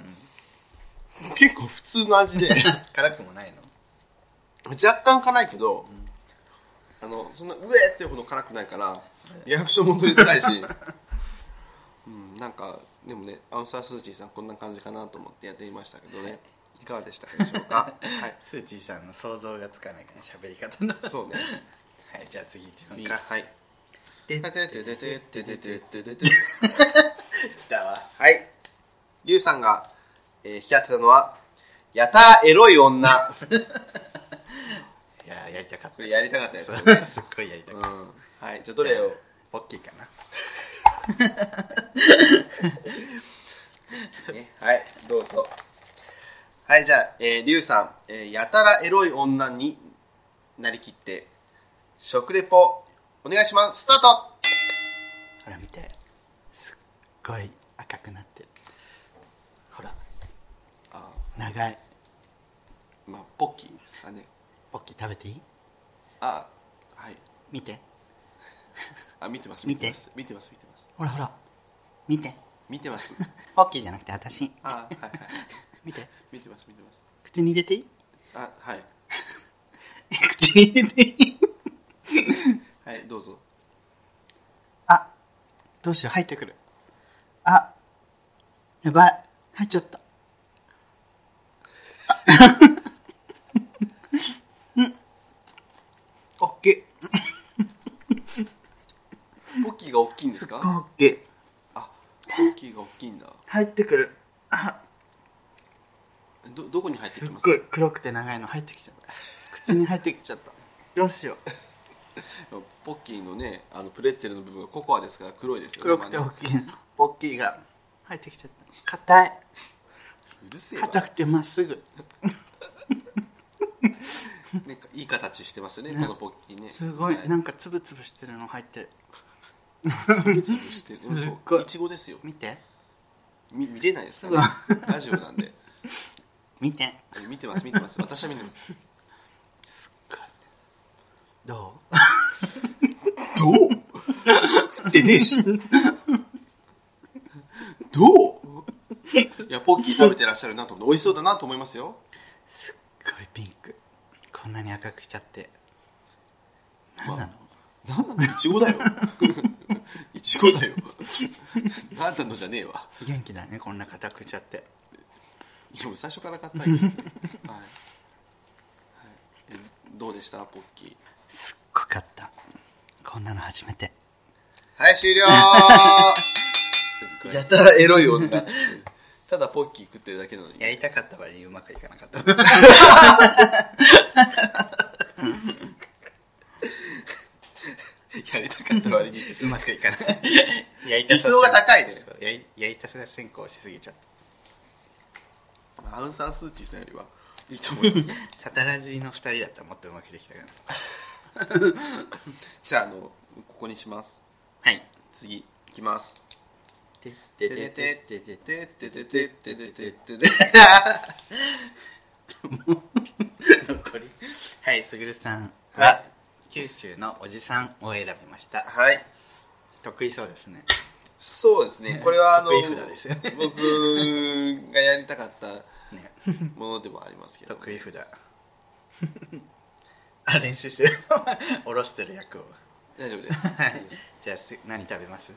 A: 結構普通の味で
B: 辛くもないの
A: 若干辛いけど、あのそんなうえーってほど辛くないからリアクションも取りづらいし、うん、なんかでもねアンサー・スー・チーさんこんな感じかなと思ってやってみましたけどねいかがでしたでしょうかはい
B: スーチーさんの想像がつかないから喋り方の。
A: そうね
B: はい、じゃあ次自分
A: 次
B: か。
A: はい
B: で
A: てててててててててて
B: 来たわ。
A: はいリュウさんが、えー、引き合ってたのはやたらエロい女
B: いやー、やりたかっ
A: こ
B: た
A: れやりたかったやつ、う。
B: すっごいやりたか
A: ん、
B: っ
A: はいじゃあ
B: た。
A: どれを
B: ポッキーかな。
A: ねはい、どうぞ。はい、じゃあ、えー、リュウさん、えーやたらエロい女になりきって、食レポ、お願いします。スタート
B: ほら見て。すっごい赤くなってる。ほら、
A: あ
B: 長い。
A: まあ、ポッキーですかね。
B: ポッキー食べていい
A: あはい。
B: 見て。
A: あ、見てます、
B: 見て
A: ます。見てます、見てます。
B: ほらほら。見て。
A: 見てます。
B: ポッキーじゃなくて私。
A: あはいはい。
B: 見て。
A: 見てます、見てます。
B: 口に入れていい
A: あはい。
B: 口に入れていい
A: はい、どう ぞ。
B: あ、どうしよう、入ってくる。あ、やばい、入っちゃった。 うん。おっきい。
A: ポッキーが大きいんです
B: すっ
A: か
B: ごい大きい
A: あポッキーが大きいんだ
B: 入ってくるあ
A: どどこに入って
B: す
A: き
B: っ
A: ます
B: ごい黒くて長いの入ってきちゃった口に入ってきちゃった どうしよう
A: ポッキーのねあのプレッツェルの部分がココアですから黒いですよね
B: 黒くて大きいポッキーが入ってきちゃった硬いう
A: るせえわ
B: 硬くてまっすぐ
A: なんかいい形してますよね
B: ね
A: このポッキーね
B: すごい
A: は
B: なんかつぶつぶしてるの入ってる
A: つぶつぶしてるでも
B: すっ
A: そ
B: ご
A: う
B: い
A: いちごですよ
B: 見て
A: 見見れないですから、ね、ラジオなんで
B: 見て
A: 見てます見てます私は見てます
B: どう
A: どう食ってねえ しどういやポッキー食べてらっしゃるなと思って美味しそうだなと思いますよ
B: すっごいピンクこんなに赤くしちゃって
A: ま
B: 何
A: あ
B: なの、
A: なんなのいちごだよ いちごだよなんなのじゃねえわ
B: 元気だねこんな硬くしちゃって
A: いやもう最初から買ったんやはい、はいえどうでしたポッキー
B: すっごかったこんなの初めて
A: はい、終 了やたらエロい女。ただポッキー食ってるだけなのに。
B: やりたかった割にうまくいかなかった
A: やりたかった割に。
B: うまくいかない やり
A: 理想が高いね
B: そうやりやりたさ先行しすぎちゃっ
A: アウンサンスーチーさんよりはいいと思います。
B: たサタラジの2人だったらもっとうまくできたかな
A: じゃあ、あの、ここにします。
B: はい
A: 次、いきます。
B: て
A: て
B: てててててて
A: ててててててててて。
B: 残りはいすぐるさんは、
A: は
B: 九州のおじさんを選びました
A: はい。
B: 得意そうですね
A: そうですね。これはあの
B: 得意札ですよね、
A: 僕がやりたかった
B: ね
A: ものでもありますけど。
B: 得意札 あ練習してる 下ろしてる役を
A: 大丈夫です。
B: は
A: 大丈
B: い
A: 夫です
B: じゃあす何食べます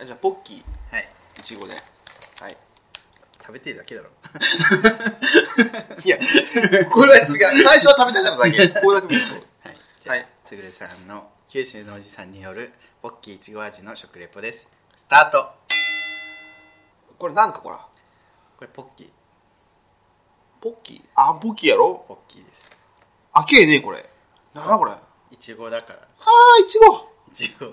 A: あじゃあ、ポッキー、
B: はい
A: いちごで。はい。
B: 食べてるだけだろ
A: いや、これは違う。最初は食べたかっただけ。ここだけ見るそう。
B: はいじゃあ、
A: はい
B: すぐるさんの九州のおじさんによるポッキーいちご味の食レポですスタート
A: これなんかほら、
B: これポッキー
A: ポッキーあ、ポッキーやろ
B: ポッキーです
A: あけえねこれ。なあこれ。はあ、
B: いちごだから
A: いちご
B: いちご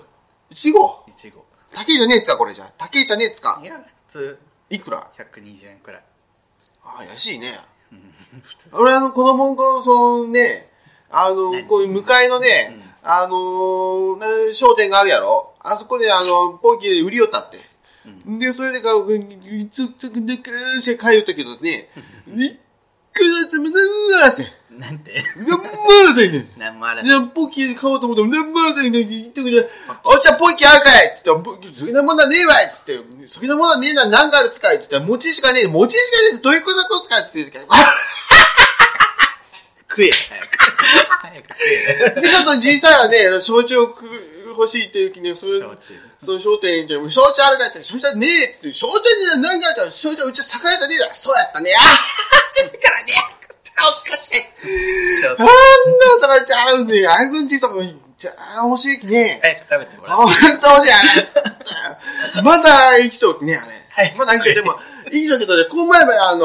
A: いちご
B: いちご
A: 高えじゃねえっすかこれじゃ。高えじゃねえっすか
B: いや普通
A: いくら
B: 120円くらい
A: あ、安いね。
B: 普通
A: 俺、あの、子供の頃、そのね、あの、
B: 何
A: こういう向かいのね、あのー、な商店があるやろ。あそこで、あの、ポッキーで売りよったって。で、それでか、つつくでくーして帰ったけどね、一回だけなんならせん。
B: なんて
A: なんならせんねん。
B: 何もあらず
A: じゃあ、ポッキー買おうと思っても、何もあるぜ、言ってくれ。おっちゃん、ポッキーあるかいっつって、ポッキー、そげなものはねえわいっつって、そげなものはねえな、何があるっつかいっつって、餅しかねえ、餅しかねえ、どういうことだこつかいっつって、
B: 食え早く早く食え
A: で、ちょっとじいさんはね、焼酎を食う欲しいっていう時に、それ
B: 焼酎
A: その商店行って、焼酎あるかいって、焼酎はねえっつって、焼酎に何があるか、焼酎はうち酒屋じゃねえだ。そうやったね。あはは、ですからね。おかしい。
B: ちょっ
A: あん
B: と
A: な酒屋ってあるんで、あいくんじいさんも、じゃあ、面白いきね。
B: 早く食べてもら
A: あ、
B: う
A: そうじゃん。まだ生きとるね、あれ。
B: はい
A: まだ生きとる。でも、生きとるけどね、この前まであの、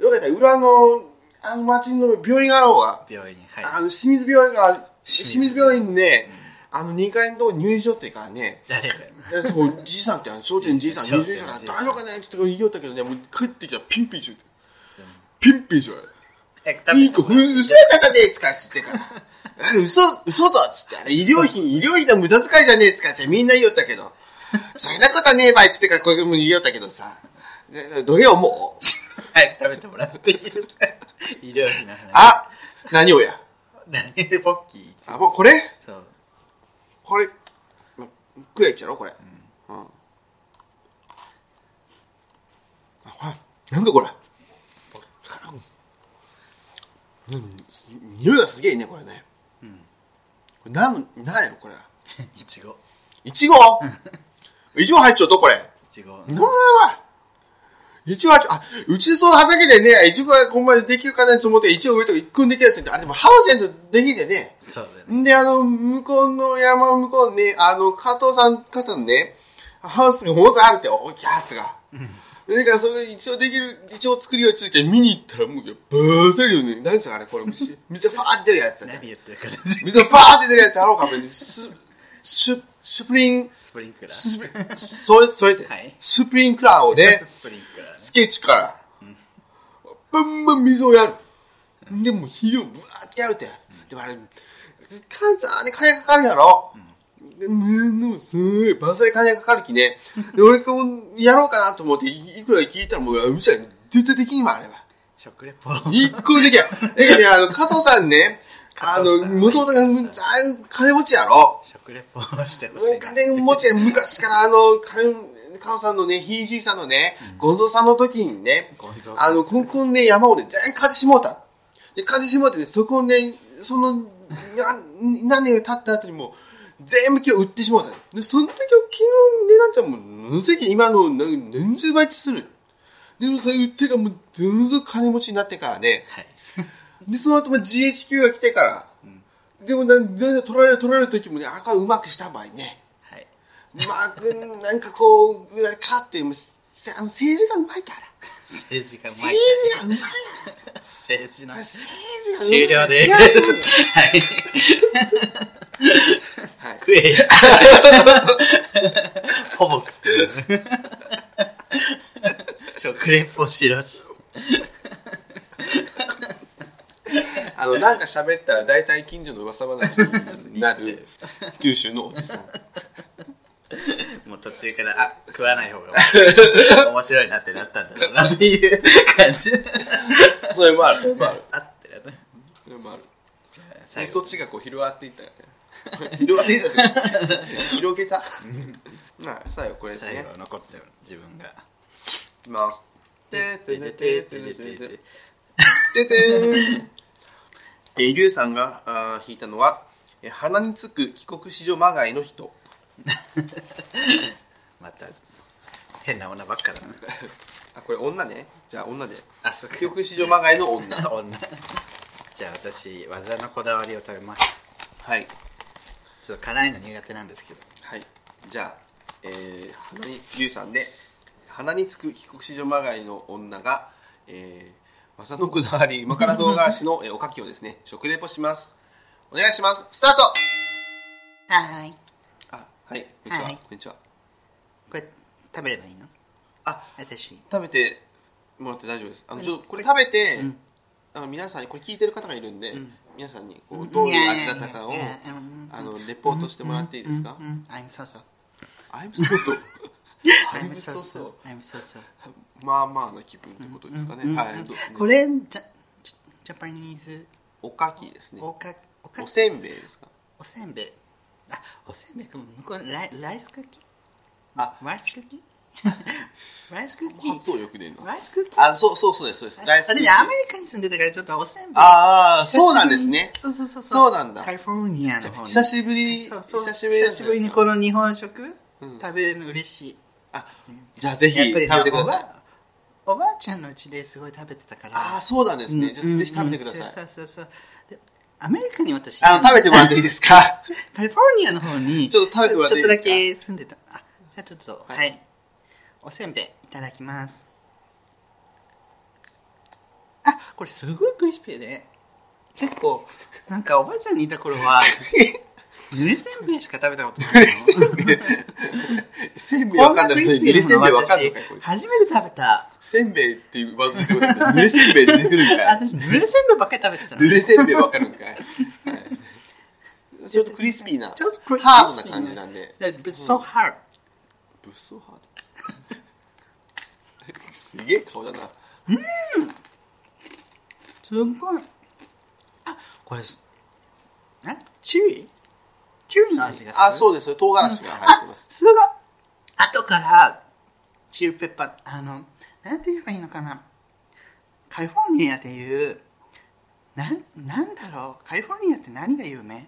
A: よかった、裏の、あの町の病院があろうが、
B: 病院はい
A: あの、清水病院が、清
B: 清
A: 水
B: 水
A: 病院ね、あの、2階のとこに入院しとってからね、
B: 誰だよ
A: えそう、じいさんって、あの、商店のじいさん
B: 商
A: 入院
B: 店の
A: したから、
B: じいさん
A: 大丈夫かねって言おったけどね、もう帰ってきたらピンピンしよって。ピンピンしようよ。
B: 早く食
A: い
B: べ
A: い子、
B: てもらう
A: 嘘やったじゃねえっつかっつって から。あれ、嘘、嘘だっつって。あれ、医療費、医療費の無駄遣いじゃねえっつかってみんな言いよったけど。 そんなことはねえばいっつってから、これも言いよったけどさ。でどげよ、もう。
B: 早く食べてもらっていいですか医療費の話
A: あ、何をや。
B: 何でポッキー
A: あ、もうこれ
B: そう
A: これ、ま食えやっちゃろ、これ。うん。あ、これ、なんだこれ。うん匂いがすげえね、これね。
B: うん
A: これなん、なんやろ、これ。
B: いちごい
A: いちごいちご入っちゃうとこれ。
B: ちご
A: うわ一応はちょ、あ、うちその畑でね、一応はこんまでできるかなと思って、一応上とか一個できるやつって、あれでもハウスやとできんでね。
B: そうだね
A: んで、あの、向こうの山の向こうね、あの、加藤さん方のね、ハウスがもうあるって、大きいハウスが。だから、それ一応できる、一応作りをついて見に行ったら、もう、バーせるよね。何ですか、あれ、これ、水水がファーって出るやつ。
B: 何言ってるか全然
A: 水がファーって出るやつやろうか、別に。シュ、シュ、シュプリン、
B: スプリンクラー
A: スプリン、それ、それって、
B: はい
A: シュプリンクラーをね、
B: スプリンクラーね
A: スケッチから、バンバン水をやる。で、もう肥料ぶわーってやるって。でもあれ、カンさんに金がかかるやろ。で、もうすごい、バーサリ金がかかるきね。で、俺こう、やろうかなと思って、いいくら聞いたらもう、むしろ絶対できんわ、あれは。
B: 食レポい
A: 一個できや。だけどね、あの、加藤さんね、あの、
B: 加藤さん
A: もともと金持ちやろ。
B: 食レポをしてほしいな
A: お金持ちで昔からあの、かん、かおさんのね、ひいじいさんのね、ゴンゾーさんの時にね
B: ゴンゾ、ーさ
A: あ
B: ん
A: の、こんこんね、山をね、全員勝ちしもうた。で、勝ちしもうてね、そこをね、その、な何年が経った後にもう、全部今日売ってしもうた。で、その時を昨日値段ってもう、無責今の何何十倍ってする。でもそれ売ってからもう、ずんずん金持ちになってからね、
B: はい
A: で、その後も GHQ が来てから、でもな、なんで取られる取られる時もね、あ、これうまくした場合ね。
B: はいう
A: まく、なんかこう、うわかって、もうせあの政治がうまいから。
B: 政治がうまい
A: 政治がうまいか
B: 政治の
A: ら。政
B: 終
A: 治がう
B: 了
A: まい
B: で
A: から。
B: すはい
A: はい
B: 食えやほぼ食ってる食レポしろし
A: あの、なんか喋ったら大体近所の噂話にな
B: 言っ
A: る、九州のおじさん。
B: もう途中から、あ、食わない方が面白い面白いなってなったんだろうなっていう感じ。
A: それもある、それもある。
B: あってるね。
A: それもある。
B: じゃあ最
A: そ
B: 後
A: っ、ちがこう広がっていったよね。広がっていったというか広げた。まあ、最後これです
B: 最
A: ね。
B: 後残ったよ、自分が。
A: いきます。てて
B: て
A: て
B: て
A: ててて
B: ててて
A: て
B: て
A: てて
B: て。
A: てん。 えー、リュウさんがあー弾いたのは、えー鼻につく帰国子女まがいの人。
B: また、変な女ばっかだな。
A: あ、これ女ね。じゃあ女で。
B: あ、そっ
A: 帰
B: か。
A: 国子女まがいの女。
B: 女。じゃあ私、技のこだわりを食べました。
A: はい。
B: ちょっと辛いの苦手なんですけど。
A: はい。じゃあ、えー、鼻に、リュウさんで、鼻につく帰国子女まがいの女が、えー、正のこだわり、旨辛唐辛子の、えーおかきをですね、食レポします。お願いします。スタート
B: はーい。
A: あ、はい。こんにちは。
B: はい
A: こんにちは。
B: これ、食べればいいの
A: あ、
B: 私。
A: 食べてもらって大丈夫ですあのちょっとこれ食べて、あの皆さんにこれ聞いてる方がいるんで、皆さんにこうどういう味だったかを
B: いやいやいやうん
A: あのレポートしてもらっていいですか
B: うんうん、I'm so so.
A: I'm so so I'm
B: I'm
A: so so
B: so so. I'm so so.
A: まあまあな気分ってことですかね、
B: うんうん
A: はい、
B: うん
A: どう
B: これジャジャジャパニーズ
A: おかきですね
B: おかおか
A: おせんべいですか
B: おせんべいあおせんべいかも向こうライライスクッキー
A: あ
B: ライスクッキ ーライスクッキ
A: 発
B: ー
A: 音よくねえな
B: ライスクッキー
A: あそうそうそうですそうですライス
B: あでもアメリカに住んでたからちょっとおせんべい
A: ああそうなんですね
B: そうそうそう
A: そうなんだ
B: カリフォルニアの方に
A: 久しぶり
B: そうそう
A: 久しぶりなんで
B: 久
A: す
B: し
A: か
B: ぶりにこの日本食
A: うん
B: 食べれるの嬉しい
A: あじゃあぜひ
B: やっ
A: 食
B: ぱ
A: べ
B: りな
A: てください
B: おばおばあちゃんのうちですごい食べてたから
A: ああそうなんですね、じゃあぜひ食べてください、
B: そうそうそうでアメリカに私
A: あの食べてもらっていいですか
B: カリフォルニアの方に
A: ちょっと食べてもらっていいですか
B: ちょっとだけ住んでたあじゃあちょっと
A: は
B: はいい、おせんべいいただきますあこれすごいクリスピーで結構なんかおばあちゃんにいた 頃はぬれせんべいしか食べたことないの
A: せんべい
B: こ
A: わ
B: ん
A: かん
B: な
A: な
B: ク
A: い
B: リ
A: せん
B: スピ
A: べい
B: ーなもの
A: わかん
B: 私
A: ないこいつ
B: 初めて食べた
A: せんべいっていうワード出てくるんだよぬれせんべい出てくるんかい
B: 私ぬれせんべいばっかり食 べてたの
A: ぬれせんべいわかるんかい、はいちょっとクリスピーな
B: ちょっとクリスピー
A: ハードな感じなんで
B: It's so hard
A: 物騒ハードすげえ顔だな
B: すっごいあこれえチリチリの味がする
A: あそうです唐辛子が入ってます
B: あ、すごい後からチリペッパーあのなんて言えばいいのかなカリフォルニアでいうなんなんだろうカリフォルニアって何が有名
A: い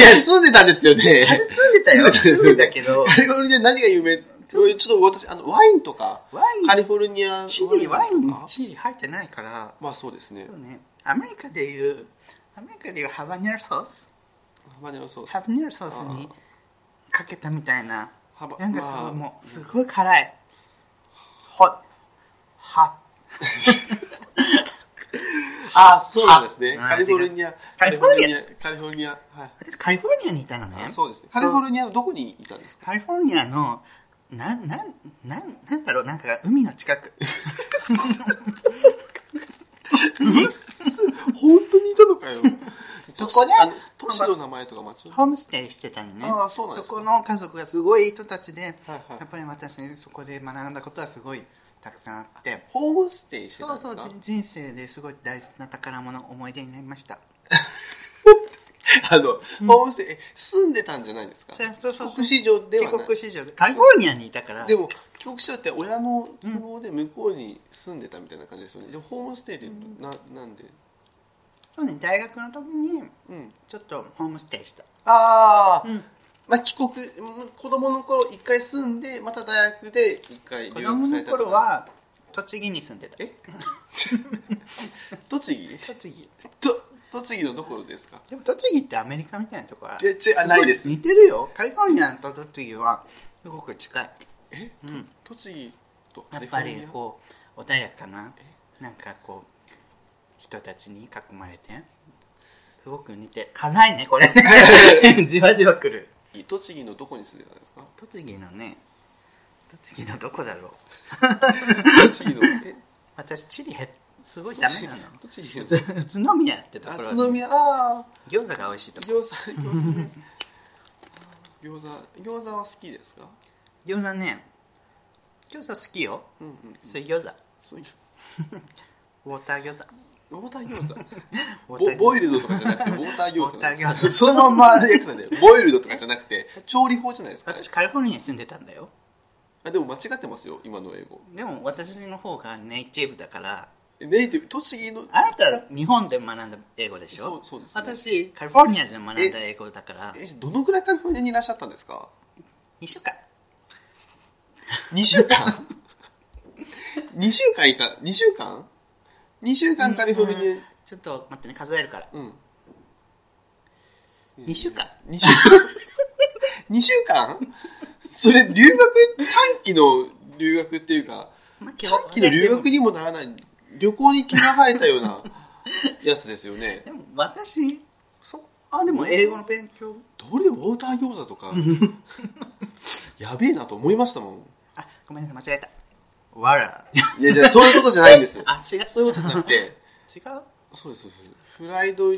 A: や住んでたんですよね
B: あれ住んでたよ
A: 住んでた
B: 住んでたけど
A: カリフォルニア何が有名ちょっと私あのワインとか
B: ワイ
A: カ
B: ン
A: リフォルニア
B: チリワイン
A: と
B: に
A: か
B: チリ入ってないから
A: まあそうですね
B: そうねアメリカでいうアメリカでいうハバネロソース
A: ハバネロソース
B: ハバネロソースにかけたみたいな
A: ハバ
B: なんかすごい、
A: まあ
B: もうすごい辛いホッは
A: あそうなんですね
B: あ
A: カリフォルニア
B: カリフォルニ
A: アカリフォルニアはい
B: 私カリフォルニアにいたのね
A: あそうですねカリフォルニアのどこにいたんですか
B: カリフォルニアのなんなんなんなんだろうなんか海の 近く
A: 本当にいたの かよ
B: そこで
A: あの都市の名前とか町の
B: ホームステイしてたのね
A: ああそうなんですか
B: この家族がすごいいい人たちで、
A: はいはい
B: やっぱり私そこで学んだことはすごいたくさんあって
A: ホームステイしてたん
B: そう
A: ですか
B: そう人人生ですごい大切な宝物思い出になりました
A: あの、ホームステイえ住んでたんじゃないんですか
B: そうそうそう
A: 帰国子女では
B: 帰
A: ない
B: 国子女でカリフォルニアにいたから
A: でも帰国子女って親の都合で向こうに住んでたみたいな感じですよね、でもホームステイでななんで
B: そうね大学の時に
A: うん
B: ちょっとホームステイした、
A: ああ、
B: うん、
A: まあ帰国うん子供の頃一回住んでまた大学で一回
B: 子
A: 留学
B: 供
A: され
B: の
A: たとか
B: 頃は栃木に住んでた
A: え栃木
B: 栃木
A: と栃木のどこですか
B: でも栃木ってアメリカみたいなとこは
A: やちあないです
B: 似てるよカリフォルニアと栃木はすごく近い
A: え、
B: うん
A: と栃木とカ
B: やっ
A: リフォ
B: ぱ
A: ルニア
B: りこう穏やかななんかこう人たちに囲まれてすごく似て辛いね これねじわじわくる
A: 栃木のどこに住んでたんです か
B: 栃木のね栃木のどこだろう
A: 栃木のえ
B: 私チリへすごいダメなの
A: 栃木の
B: 宇 都宇都宮ってとこ
A: あ
B: ろ
A: 宇
B: に
A: 都宮ああ
B: 餃子が美味しいとこ
A: 餃子餃子ね 餃子餃子は好きですか
B: 餃子ね餃子好きよ
A: うんうん
B: 水餃子
A: そういう
B: ウォーター餃子
A: ウォーター餃子
B: ウォー
A: ボ
B: ター餃子
A: ボイルドとかじゃなくてウォーター餃子なんで
B: ウォーター
A: す
B: 餃
A: よそのまんま訳すんだ よボイルドとかじゃなくて調理法じゃないですか、ね、
B: 私カリフォルニアに住んでたんだよ
A: あでも間違ってますよ今の英語
B: でも私の方がネイティブだから
A: ネイティブ栃木の
B: あなた日本で学んだ英語でしょ
A: そうそうですね
B: 私カリフォルニアで学んだ英語だから
A: えどのぐらいカリフォルニアにいらっしゃったんですか
B: 2週間
A: 2週 間2週間いた2週間2週間カリフォルニアに
B: ちょっと待ってね数えるから
A: うん
B: 2週間
A: 2週間二週間それ留学短期の留学っていうか
B: まあ
A: 短期の留学にもならない旅行に気が生えたよう なやつですよね
B: でも私そあでも英語の勉強
A: どれウォーター餃子と かやべえなと思いましたもん
B: あごめんなさい間違えたわら
A: いやじゃあそういうことじゃないんです
B: あ違う
A: そういうことじゃなくて
B: 違う
A: そうですそうですフライド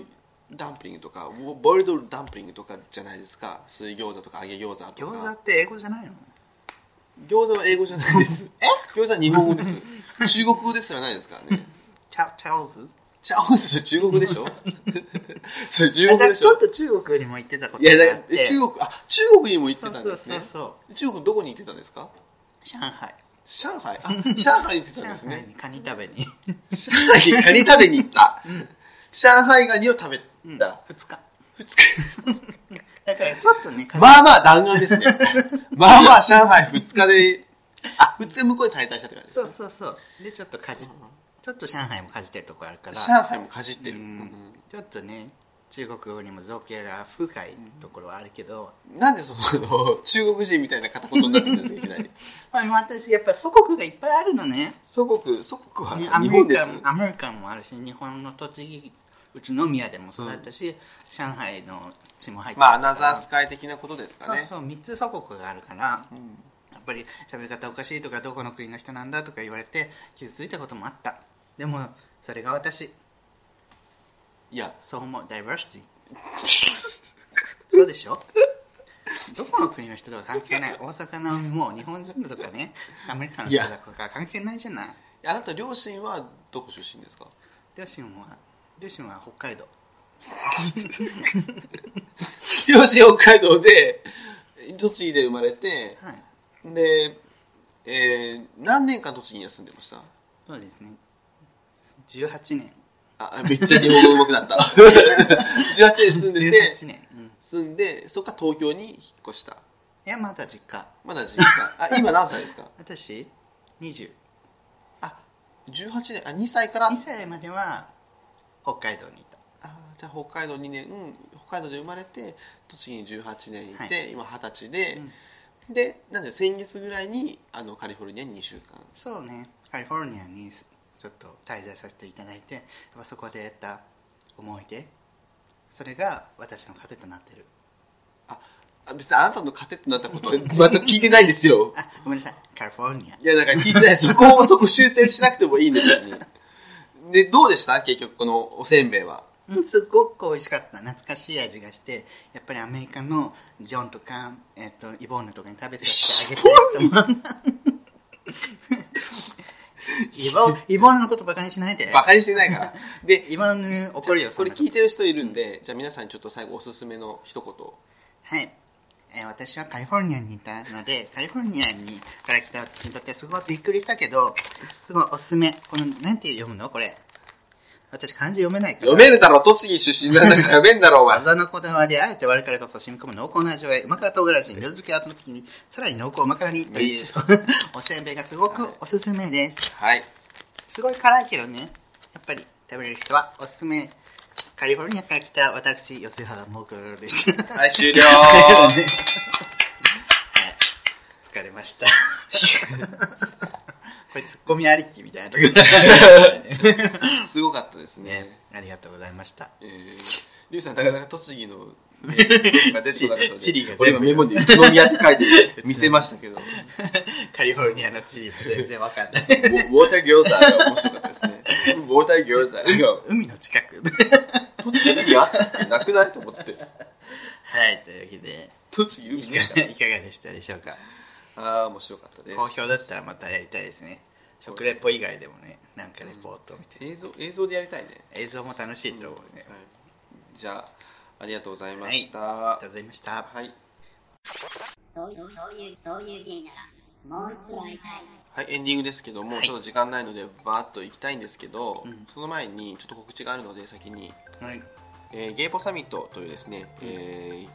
A: ダンプリングとかボイルドダンプリングとかじゃないですか水餃子とか揚げ餃子と
B: 餃子
A: か
B: って英語じゃないの
A: 餃子は英語じゃないです え餃子は日本語です 中国語ですらないです からね
B: チャチャオズ
A: チャオスそれ中国でし ょそれ中国で
B: 私
A: し
B: ちょっ
A: ょ
B: と中国にも行ってたこと
A: い
B: が
A: や
B: あ
A: だ
B: っ
A: から
B: て
A: 中国あ中国にも行って
B: そう
A: たん
B: そう
A: です
B: そ
A: ね
B: うそう
A: 中国どこに行ってたんですか
B: 上海
A: 上海あ上海に行って
B: 上
A: たんです
B: 海
A: ね
B: にカニ食べに
A: 上海にカニ食べに行った、上海ガニを食べた、
B: 2 日
A: 二日
B: だからちょっとねカニ
A: まあまあ弾丸ですねまあまあ上海2日であ普通向こうに滞在したって感じです
B: そうそうそうでちょっとかじちょっと上海もかじってるとこあるから
A: 上海もかじってる、
B: う
A: うん
B: んちょっとね中国語にも造形が深いところはあるけど、
A: なんでその中国人みたいな片言になってるんですかいきなり
B: まあでも私やっぱ祖国がいっぱいあるのね
A: 祖国祖国は
B: ねア
A: 日
B: メ
A: 本で
B: リ
A: す
B: カもアメリカもあるし日本の栃木宇都宮でも育ったし、上海の血も入ってる
A: まあ
B: から
A: アナザースカイ的なことですかね
B: そうそう3つ祖国があるから
A: うん
B: やっぱり喋り方おかしいとかどこの国の人なんだとか言われて傷ついたこともあったでもそれが私
A: いや
B: そう思うダイバー シティそうでしょどこの国の人とか関係ない大阪のもう日本人だとかねアメリカの人だとか関係ないじゃない
A: あなた両親はどこ出身ですか
B: 両親は両親は北海道
A: 両親北海道で栃木で生まれて
B: はい
A: で、えー何年間栃木には住んでました
B: そうですね18年
A: あめっちゃ日本語上手くなった 18年住んでて
B: 18年、うん
A: 住んでそっから東京に引っ越した
B: えいやまだ実家
A: まだ実家。あ、今何歳ですか
B: 私
A: ?18
B: 20
A: 年、あ、2歳から。
B: 2歳までは北海道にいた
A: あじゃあ北海道2年、うん、北海道で生まれて栃木に18年いて、
B: は
A: 今二十歳で、でなんで先月ぐらいにあのカリフォルニアに2週間
B: そうねカリフォルニアにすちょっと滞在させていただいてやっぱそこで得た思い出それが私の糧となってる
A: あ別にあなたの糧となったことは全く聞いてないんですよ
B: あごめんなさいカリフォルニア
A: いやなんか聞いてないそこをそこ修正しなくてもいいんで別にでどうでした結局このおせんべいは
B: うんすごく美味しかった懐かしい味がしてやっぱりアメリカのジョンとか、えっとイボーヌとかに食べてあげたいと思うイボ イボーヌのことバカにしないで
A: バカにしてないからで
B: イボーヌ怒るよ
A: これ
B: そんなと
A: 聞いてる人いるんで、じゃあ皆さんにちょっと最後おすすめの一言
B: はい、えー私はカリフォルニアにいたのでカリフォルニアにから来た私にとってすごいびっくりしたけどすごいおすすめこのなんて読むのこれ私漢字読めないから
A: 読めるだろ栃木出身なんだから読めんだろお前
B: 技のこだわりあえて我からこそ染み込む濃厚な味わい旨辛唐辛子に色付けを後の時にさらに濃厚旨辛にという おせんべいがすごくおすすめです
A: はい
B: すごい辛いけどねやっぱり食べれる人はおすすめカリフォルニアから来た私吉原もぐるでしたはい
A: はい終了
B: 疲れました これツッコミありきみたいなところ ね
A: すごかったですね
B: ありがとうございました
A: えー、リュウさん、なかなか栃木 の、ね、が出てこなかったので
B: 地理が全部
A: 俺今メモで宇都宮って書いて見せましたけど、ウ
B: カリフォルニアの地理も全然わか んない
A: ォウォーター餃子が面白かったですね。ウォーター餃子が、
B: 海の近く
A: 栃木にあったっけなくないと思って。
B: はい、というわけで、
A: 栃木海
B: い
A: にあっ
B: かがいかがでしたでしょう か。
A: た。ああ、面白かったです。
B: 好評だったらまたやりたいですね。食レポ以外でもね、なんかレポートみたいな。
A: 映像、映像でやりたいね。
B: 映像も楽しいと思うね。
A: はいじゃあ、ありがとうございました。は
B: ありがとうございました。
A: い。はい
C: そういうそういうそういう芸ならもう一度会いたい
A: エンディングですけども、
B: はい
A: ちょっと時間ないのでバーッと行きたいんですけど、
B: うん
A: その前にちょっと告知があるので先に
B: はい。
A: えー、ゲイポサミットというですね、えー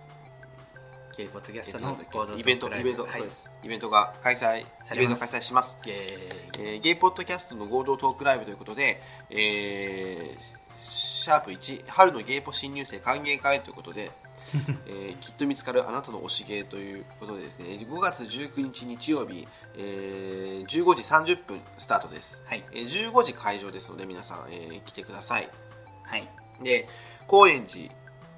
B: ケイポッドキャ
A: え
B: ス
A: っと
B: ト
A: な
B: の
A: んだっけ
B: 合同
A: イベント
B: トークラ
A: イ
B: ブ
A: ベント、
B: はい
A: そうですイベントが開催
B: さ
A: イ
B: れます
A: ベント開催します、
B: イエーイ
A: えーゲイポッドキャストの合同トークライブということで、えーシャープ1春のゲイポ新入生歓迎会ということ で、えーきっと見つかるあなたの推しゲイということでですね5月19日日曜日、えー15時30分スタートです、
B: はい。
A: えー15時会場ですので皆さん、えー来てください
B: はい。
A: で高円寺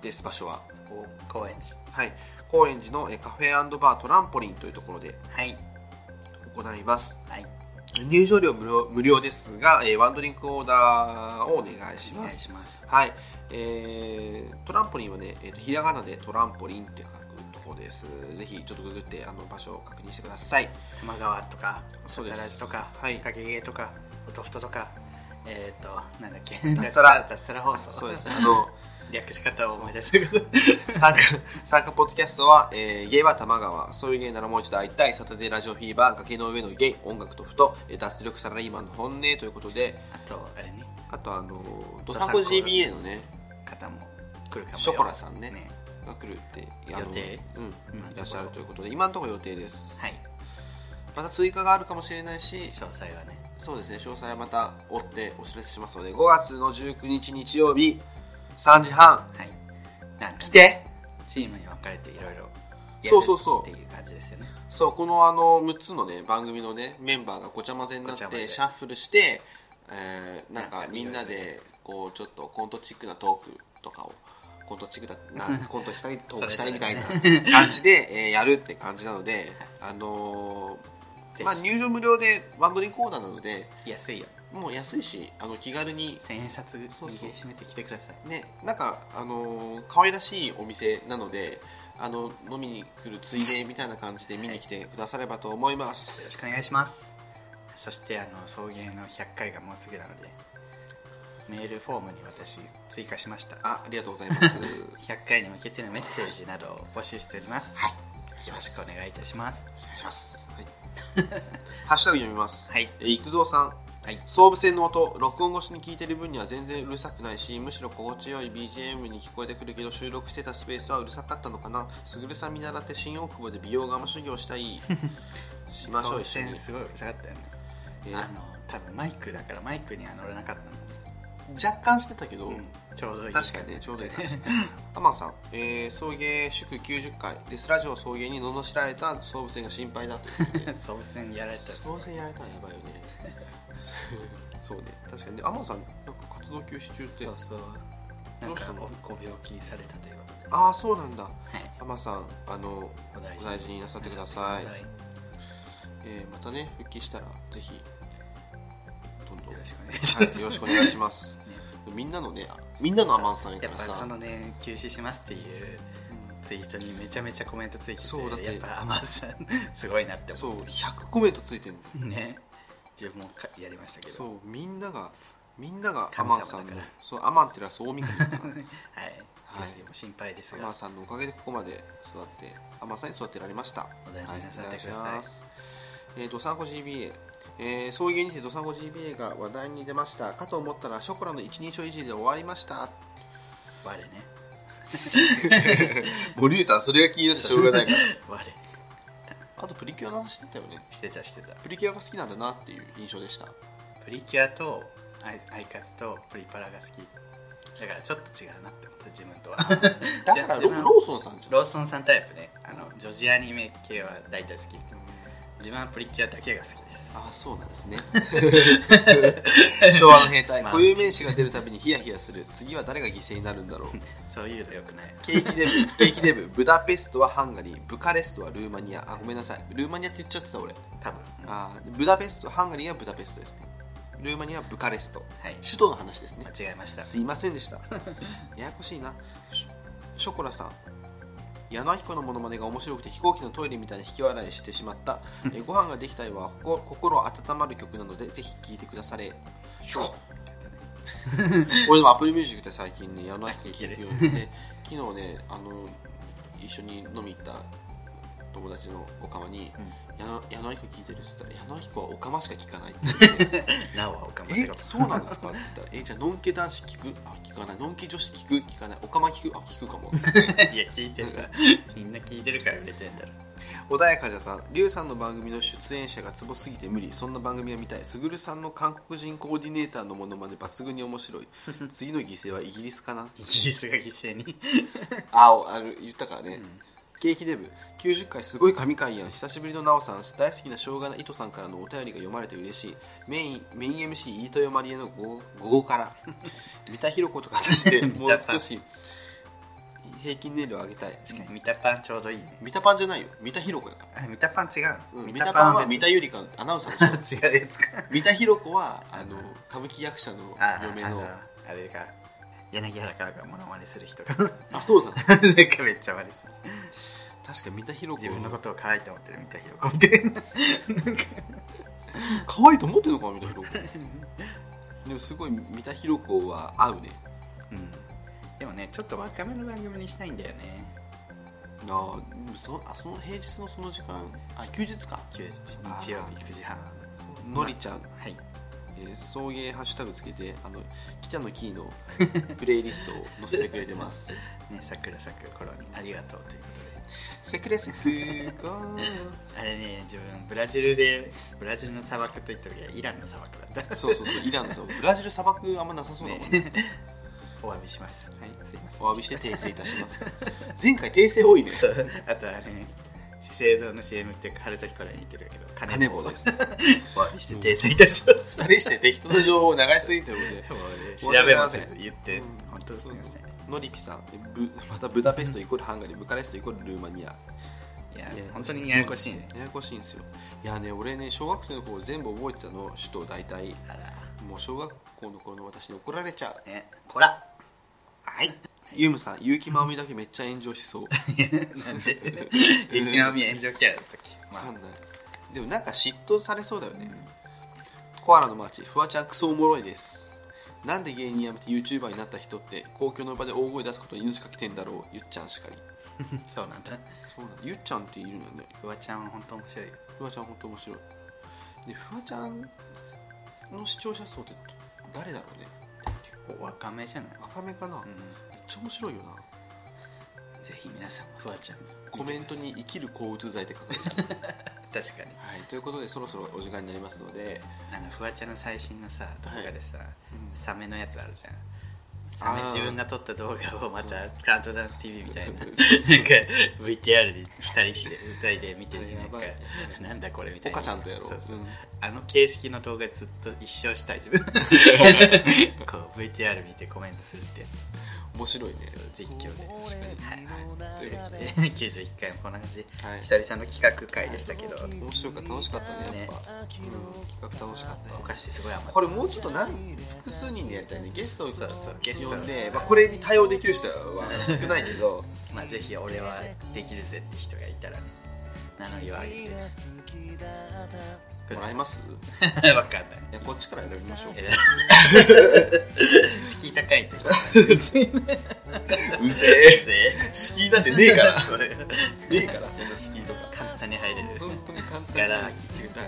A: です場所は
B: お、高円寺。
A: はい、高円寺のえーカフェバートランポリンというところで
B: はい。
A: 行います
B: はい。
A: 入場料無料無料ですが、えーワンドリンクオーダーをお願いし
B: お
A: ま
B: 願い
A: す
B: します。
A: はい、えートランポリンはね、えーとひらがなでトランポリンって書くところですぜひちょっとググってあの場所を確認してください
B: 玉川とか、
A: そ
B: そうた
A: です
B: らじとか、
A: はい
B: かげげとか、おとふととか、えっ、ー、と、なんだっけ、
A: 脱サラ
B: 脱サラ放送。
A: そうですあの
B: 略し方を思い出したけど。
A: 参加参加ポッドキャストは、えーゲイは玉川そういうゲイならもう一度会いたいサタデーラジオフィーバー崖の上のゲイ音楽とふとえー脱力サラリーマンの本音ということで
B: あと、あれね、
A: あとあのドサンコ GBA のね
B: 方も来るかもよ。
A: ショコラさんね
B: ね
A: が来るって
B: 予定
A: あのうん
B: うん
A: いらっしゃるということで今のところ予定です
B: はい。
A: また追加があるかもしれないし
B: 詳細はね。
A: そうですね詳細はまた追ってお知らせしますので5月の19日日曜日3時半
B: はい。なんか
A: 来、て
B: チームに分かれていろいろ。
A: そうそうそう
B: っていう感じですよね。
A: そうこのあの6つのね番組のねメンバーがごちゃ混ぜになっ
B: ごちゃ混
A: て
B: ぜ
A: シャッフルして、えーなん
B: なん
A: か
B: か
A: みんなでこうちょっとコントチックなトークとかをコントチックだ なコントしたりトークしたりみたいな
B: それ
A: 感じで、えーやるって感じなので、あのー
B: ぜひ
A: まあ、入場無料でワンドリンコーナーなので
B: 安いよ。
A: もう安いしあの気軽に、
B: 千円札
A: そうそう
B: 握りしめてきてください。
A: ね、なんか、あのー可愛らしいお店なのであの飲みに来るついでみたいな感じで見に来てくださればと思いま
B: よ
A: す
B: ろ。しくお願いしますそしてあの送迎の100回がもうすぐなのでメールフォームに私追加しました
A: あ、ありがとうござい ます。お
B: 100回に向けてのメッセージなどを募集しております、よろしくお願いいたします
A: 願いします。はい。ハッシュタグ読みます。
B: はい
A: え、いくぞうさん、
B: はい
A: 総武線の音録音越しに聞いてる分には全然うるさくないしむしろ心地よい BGM に聞こえてくるけど収録してたスペースはうるさかったのかなすぐるさん見習って新大久保で美容我慢修行した いしましょう一緒に
B: すごいうるさかったよね、
A: え
B: あ
A: ー
B: の多分マイクだからマイクには乗れなかった
A: 若干してたけど、
B: の、ちょうどいい
A: 確かにねちょうどいい感 じ天野さん、えー送迎祝90回デスラジオ送迎に罵られた総武線が心配だということで
B: 総武線やられたらす
A: 総
B: ご
A: 武
B: い
A: 線やられたらやばいよねそうね確かにね天野さんなんか活動休止中って
B: そうそうな
A: ど
B: ん
A: うした
B: か
A: の
B: ご病気されたということで
A: ああそうなんだ
B: はい
A: 天野さんあの
B: お大
A: お
B: 事に
A: 大事になさってください
B: なさってくだ
A: えーまたね復帰したらぜひどんどん、
B: さい
A: は
B: よ
A: い、
B: ろしくお願いします、
A: よろしくお願いします、 みんなのねみんなの天野さんやか
B: やっ
A: ら
B: ぱそ
A: さ
B: のね休止しますっていうツイートにめちゃめちゃコメントついてて
A: そうだって
B: やっぱアマンさんすごいなって
A: そう
B: 思っ
A: 100コメントついてる
B: てね自分もかやりましたけど
A: そうみんながみんながア
B: 神
A: マ
B: 様
A: ンさんの
B: だから
A: そうアマンってのはそうみくじだから
B: はい、
A: はい
B: ぜひ心配です
A: ア
B: が
A: マンさんのおかげでここまで育ってアマンさんに育てられました
B: お大事になさってください
A: はお願ますえー、どさんこ GBA えー、送迎にてどさんこ GBA が話題に出ましたかと思ったらショコラの一人称いじりで終わりました
B: 我ね
A: 森内さんそれが気になってしょうがないから
B: 我
A: あとプリキュアの話してたよね
B: してたしてた
A: プリキュアが好きなんだなっていう印象で した
B: プリキュアとアイアイカツとプリパラが好きだからちょっと違うなって思った自分とは
A: だからロ
B: じゃあ
A: ローソンさんじゃん
B: ローソンさんタイプねあの女子アニメ系は大体好き自分はプリキュアだけが好きです
A: あそうなん ですね 昭和の兵隊
B: まあ
A: 固有名詞が出るたびにヒヤヒヤする次は誰が犠牲になるんだろう
B: そういうのよくない
A: ケーキデブケーキデブブダペストはハンガリーブカレストはルーマニアあごめんなさいルーマニアって言っちゃってた俺
B: 多分
A: あブダペストハンガリーはブダペストですねルーマニアはブカレスト
B: はい
A: 首都の話ですね
B: 間違えました
A: すいませんでしたややこしいなショショコラさん矢野彦のモノマネが面白くて飛行機のトイレみたいに引き笑いしてしまった「えーご飯ができたい」はこ心温まる曲なのでぜひ聴いてくだされ俺でもアプリミュージックって最近ね矢野彦聴くようになって 昨日ねあの一緒に飲み行った友達のおかまに「矢野矢野彦聴いてる」っつったら「矢野彦はおかましか聴かない」って言って
B: なおはおかま
A: え
B: てこと
A: そうなんですかって言ったら「えじゃあのんけ男子聞くあ聞かないのんけ女子聞く聞かないおかま聞くあ聞くかも」
B: いや聞いてるからみんな聞いてるから売れてんだろ
A: 穏やかじゃさんりゅうさんの番組の出演者がツボすぎて無理そんな番組は見たいすぐるさんの韓国人コーディネーターのものまで抜群に面白い次の犠牲はイギリスかな
B: イギリスが犠牲に
A: あおある言ったからね、ケーキデブ90回すごい神回やん久しぶりのなおさん大好きなしょうがない糸さんからのお便りが読まれて嬉しいメインメイン MC 飯豊まりえの午後午後から 三田寛子とかとしてもう少し平均年齢を上げたい
B: 確かに見たパンちょうどいいね
A: 三田パンじゃないよ三田寛子やから、
B: あ見たパン違う、
A: うん、
B: 見
A: 三
B: た
A: 田パンは
B: は
A: 三田ゆりかアナウンサー でしょ
B: 違うやつか
A: 三田寛子はあの歌舞伎役者の
B: あ
A: 嫁
B: あ
A: の
B: のあれが柳原かがモノマネする人がなんか
A: あそうだ
B: めっちゃ悪いです
A: 確か三田寛子
B: 自分のことを可愛いと思ってる三田ひろ子みたいななんか
A: 可愛いと思ってるのかな三田寛子 でもすごい三田寛子は合うね
B: うんでもねちょっと若めの番組にしたいんだよね
A: ああでもそあその平日のその時間あ休日か
B: 休日日曜日9時半
A: のりちゃん、
B: はい
A: えー送迎ハッシュタグつけてあの北野キーの プレイリストを載せてくれてます
B: ね桜咲く頃にありがとうということで
A: セクレセクか
B: あれね、自分、ブラジルで、ブラジルの砂漠と言った時はイランの砂漠だった。
A: そうそうそうイランのさブラジル砂漠あんまなさそうだもんね
B: お詫びします。はい、すいません。
A: お詫びして訂正いたします前回訂正多いね
B: そう。あとあれ、ね、資生堂の CM って春先から似てるけど、
A: カネボウで。す
B: お詫びして訂正いたします。
A: 二人して適当な情報を流しすぎてるので
B: もうね
A: 申
B: 調
A: し訳
B: べ
A: ありま
B: ま
A: せ
B: せ
A: ん
B: ん。言って、
A: うん
B: 本当すみません。
A: のりぴさんえぶまたブダペストイコールハンガリーブカレストイコールルーマニア
B: いや
A: いや、
B: 本当にややこしいね。
A: ややこしいんですよいやね俺ね小学生の頃全部覚えてたの首都大体
B: あら、
A: もう小学校の頃の私に怒られちゃう
B: ね、こら。
A: はいユムさん結城まおみだけめっちゃ炎上しそう
B: なんで、雪の海炎上キャラの時。
A: わかん
B: ま
A: ないでもなんか嫉妬されそうだよね、コアラのマーチフワちゃんクソおもろいですなんで芸人辞めて YouTuber になった人って公共の場で大声出すことに命かけてんだろうゆっちゃんしかり
B: あ、そうなんだ。
A: そうなんだゆっちゃんっているんだね
B: フワちゃんは本当面白い。
A: フワちゃん本当面白いでフワちゃんの視聴者層って誰だろうね
B: 結構若めじゃない、
A: 赤めかな、
B: う
A: めっ
B: ん、
A: ちゃ面白いよな
B: ぜひ皆さんもフワちゃんも
A: コメントに「生きる抗うつ剤」って書かれてる、
B: 確かに
A: はい、ということでそろそろお時間になりますので、
B: あのフワちゃんの最新のさ動画でさ、サメのやつあるじゃんサ
A: あ
B: メ
A: ー
B: 自分が撮った動画をまた「カウントダウン TV」み たいななんか VTR で2人して2人で見ててなんか
A: あれやばい
B: なんだこれみたいな
A: 岡ちゃんとやろう
B: そうそう
A: うん
B: あの形式の動画ずっと一生した い自分こう VTR 見てコメントするってやつ
A: 面白いね
B: 実況で
A: 確かに
B: はいはいということで
A: は
B: 91回もこんな感じ
A: はい
B: 久々の企画会でしたけど
A: 面白かった楽しかったね
B: ね
A: やっぱ、うん、企画楽しかった
B: お菓子すごい余っ
A: これもうちょっと何複数人でやりたいねゲストを
B: そうそうゲスト
A: 呼んで、まあ、これに対応できる人は少ないけ ど
B: まあぜひ俺はできるぜって人がいたらね名乗りを上げて
A: もらえます
B: わ かんない。
A: いやこっちから選びましょう
B: えー敷居高いってこと
A: うぜ
B: え
A: え敷居なんてねえから
B: それ
A: ねえからそんな敷居とか
B: 簡単に入れる
A: 本当に簡単
B: ガラ空
A: だ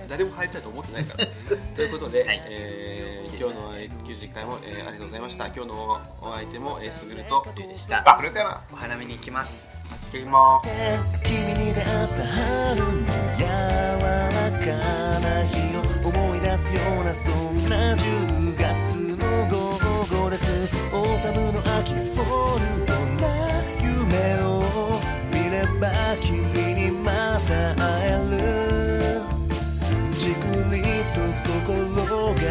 A: 誰も入りたいと思ってないから ということで、
B: はい
A: えー今日の90回も、えーありがとうございました今日のお相手も、えー、すぐると
B: きでした
A: バックルカマ
B: お花見に行きます
A: 行きまーす
D: 君に出会った春の柔らかな日を思い出すようなそんな10月の午後ですオータムの秋フォルトな夢を見れば君にまた会えるじくりと心が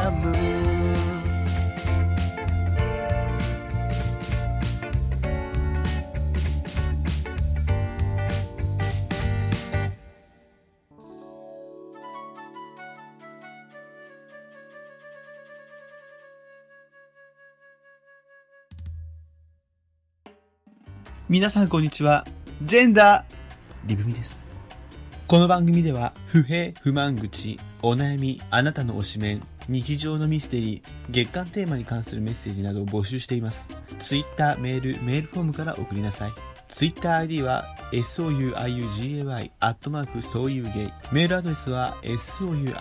D: 痛む
E: 皆さんこんにちは。ジェンダー。
D: リブミです
E: この番組では、不平、不満口、お悩み、あなたの推しメン、日常のミステリー、月間テーマに関するメッセージなどを募集しています。ツイッター、メール、メールフォームから送りなさい。ツイッター ID は、souiugay、アットマーク、そういうゲイ。メールアドレスは、souiugay、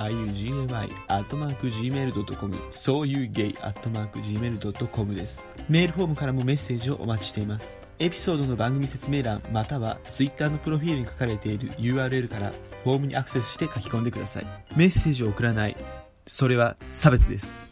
E: アットマーク、gmail.com、そういうゲイ、アットマーク、gmail.com です。メールフォームからもメッセージをお待ちしています。エピソードの番組説明欄または Twitter のプロフィールに書かれている URL からフォームにアクセスして書き込んでください。メッセージを送らない。それは差別です。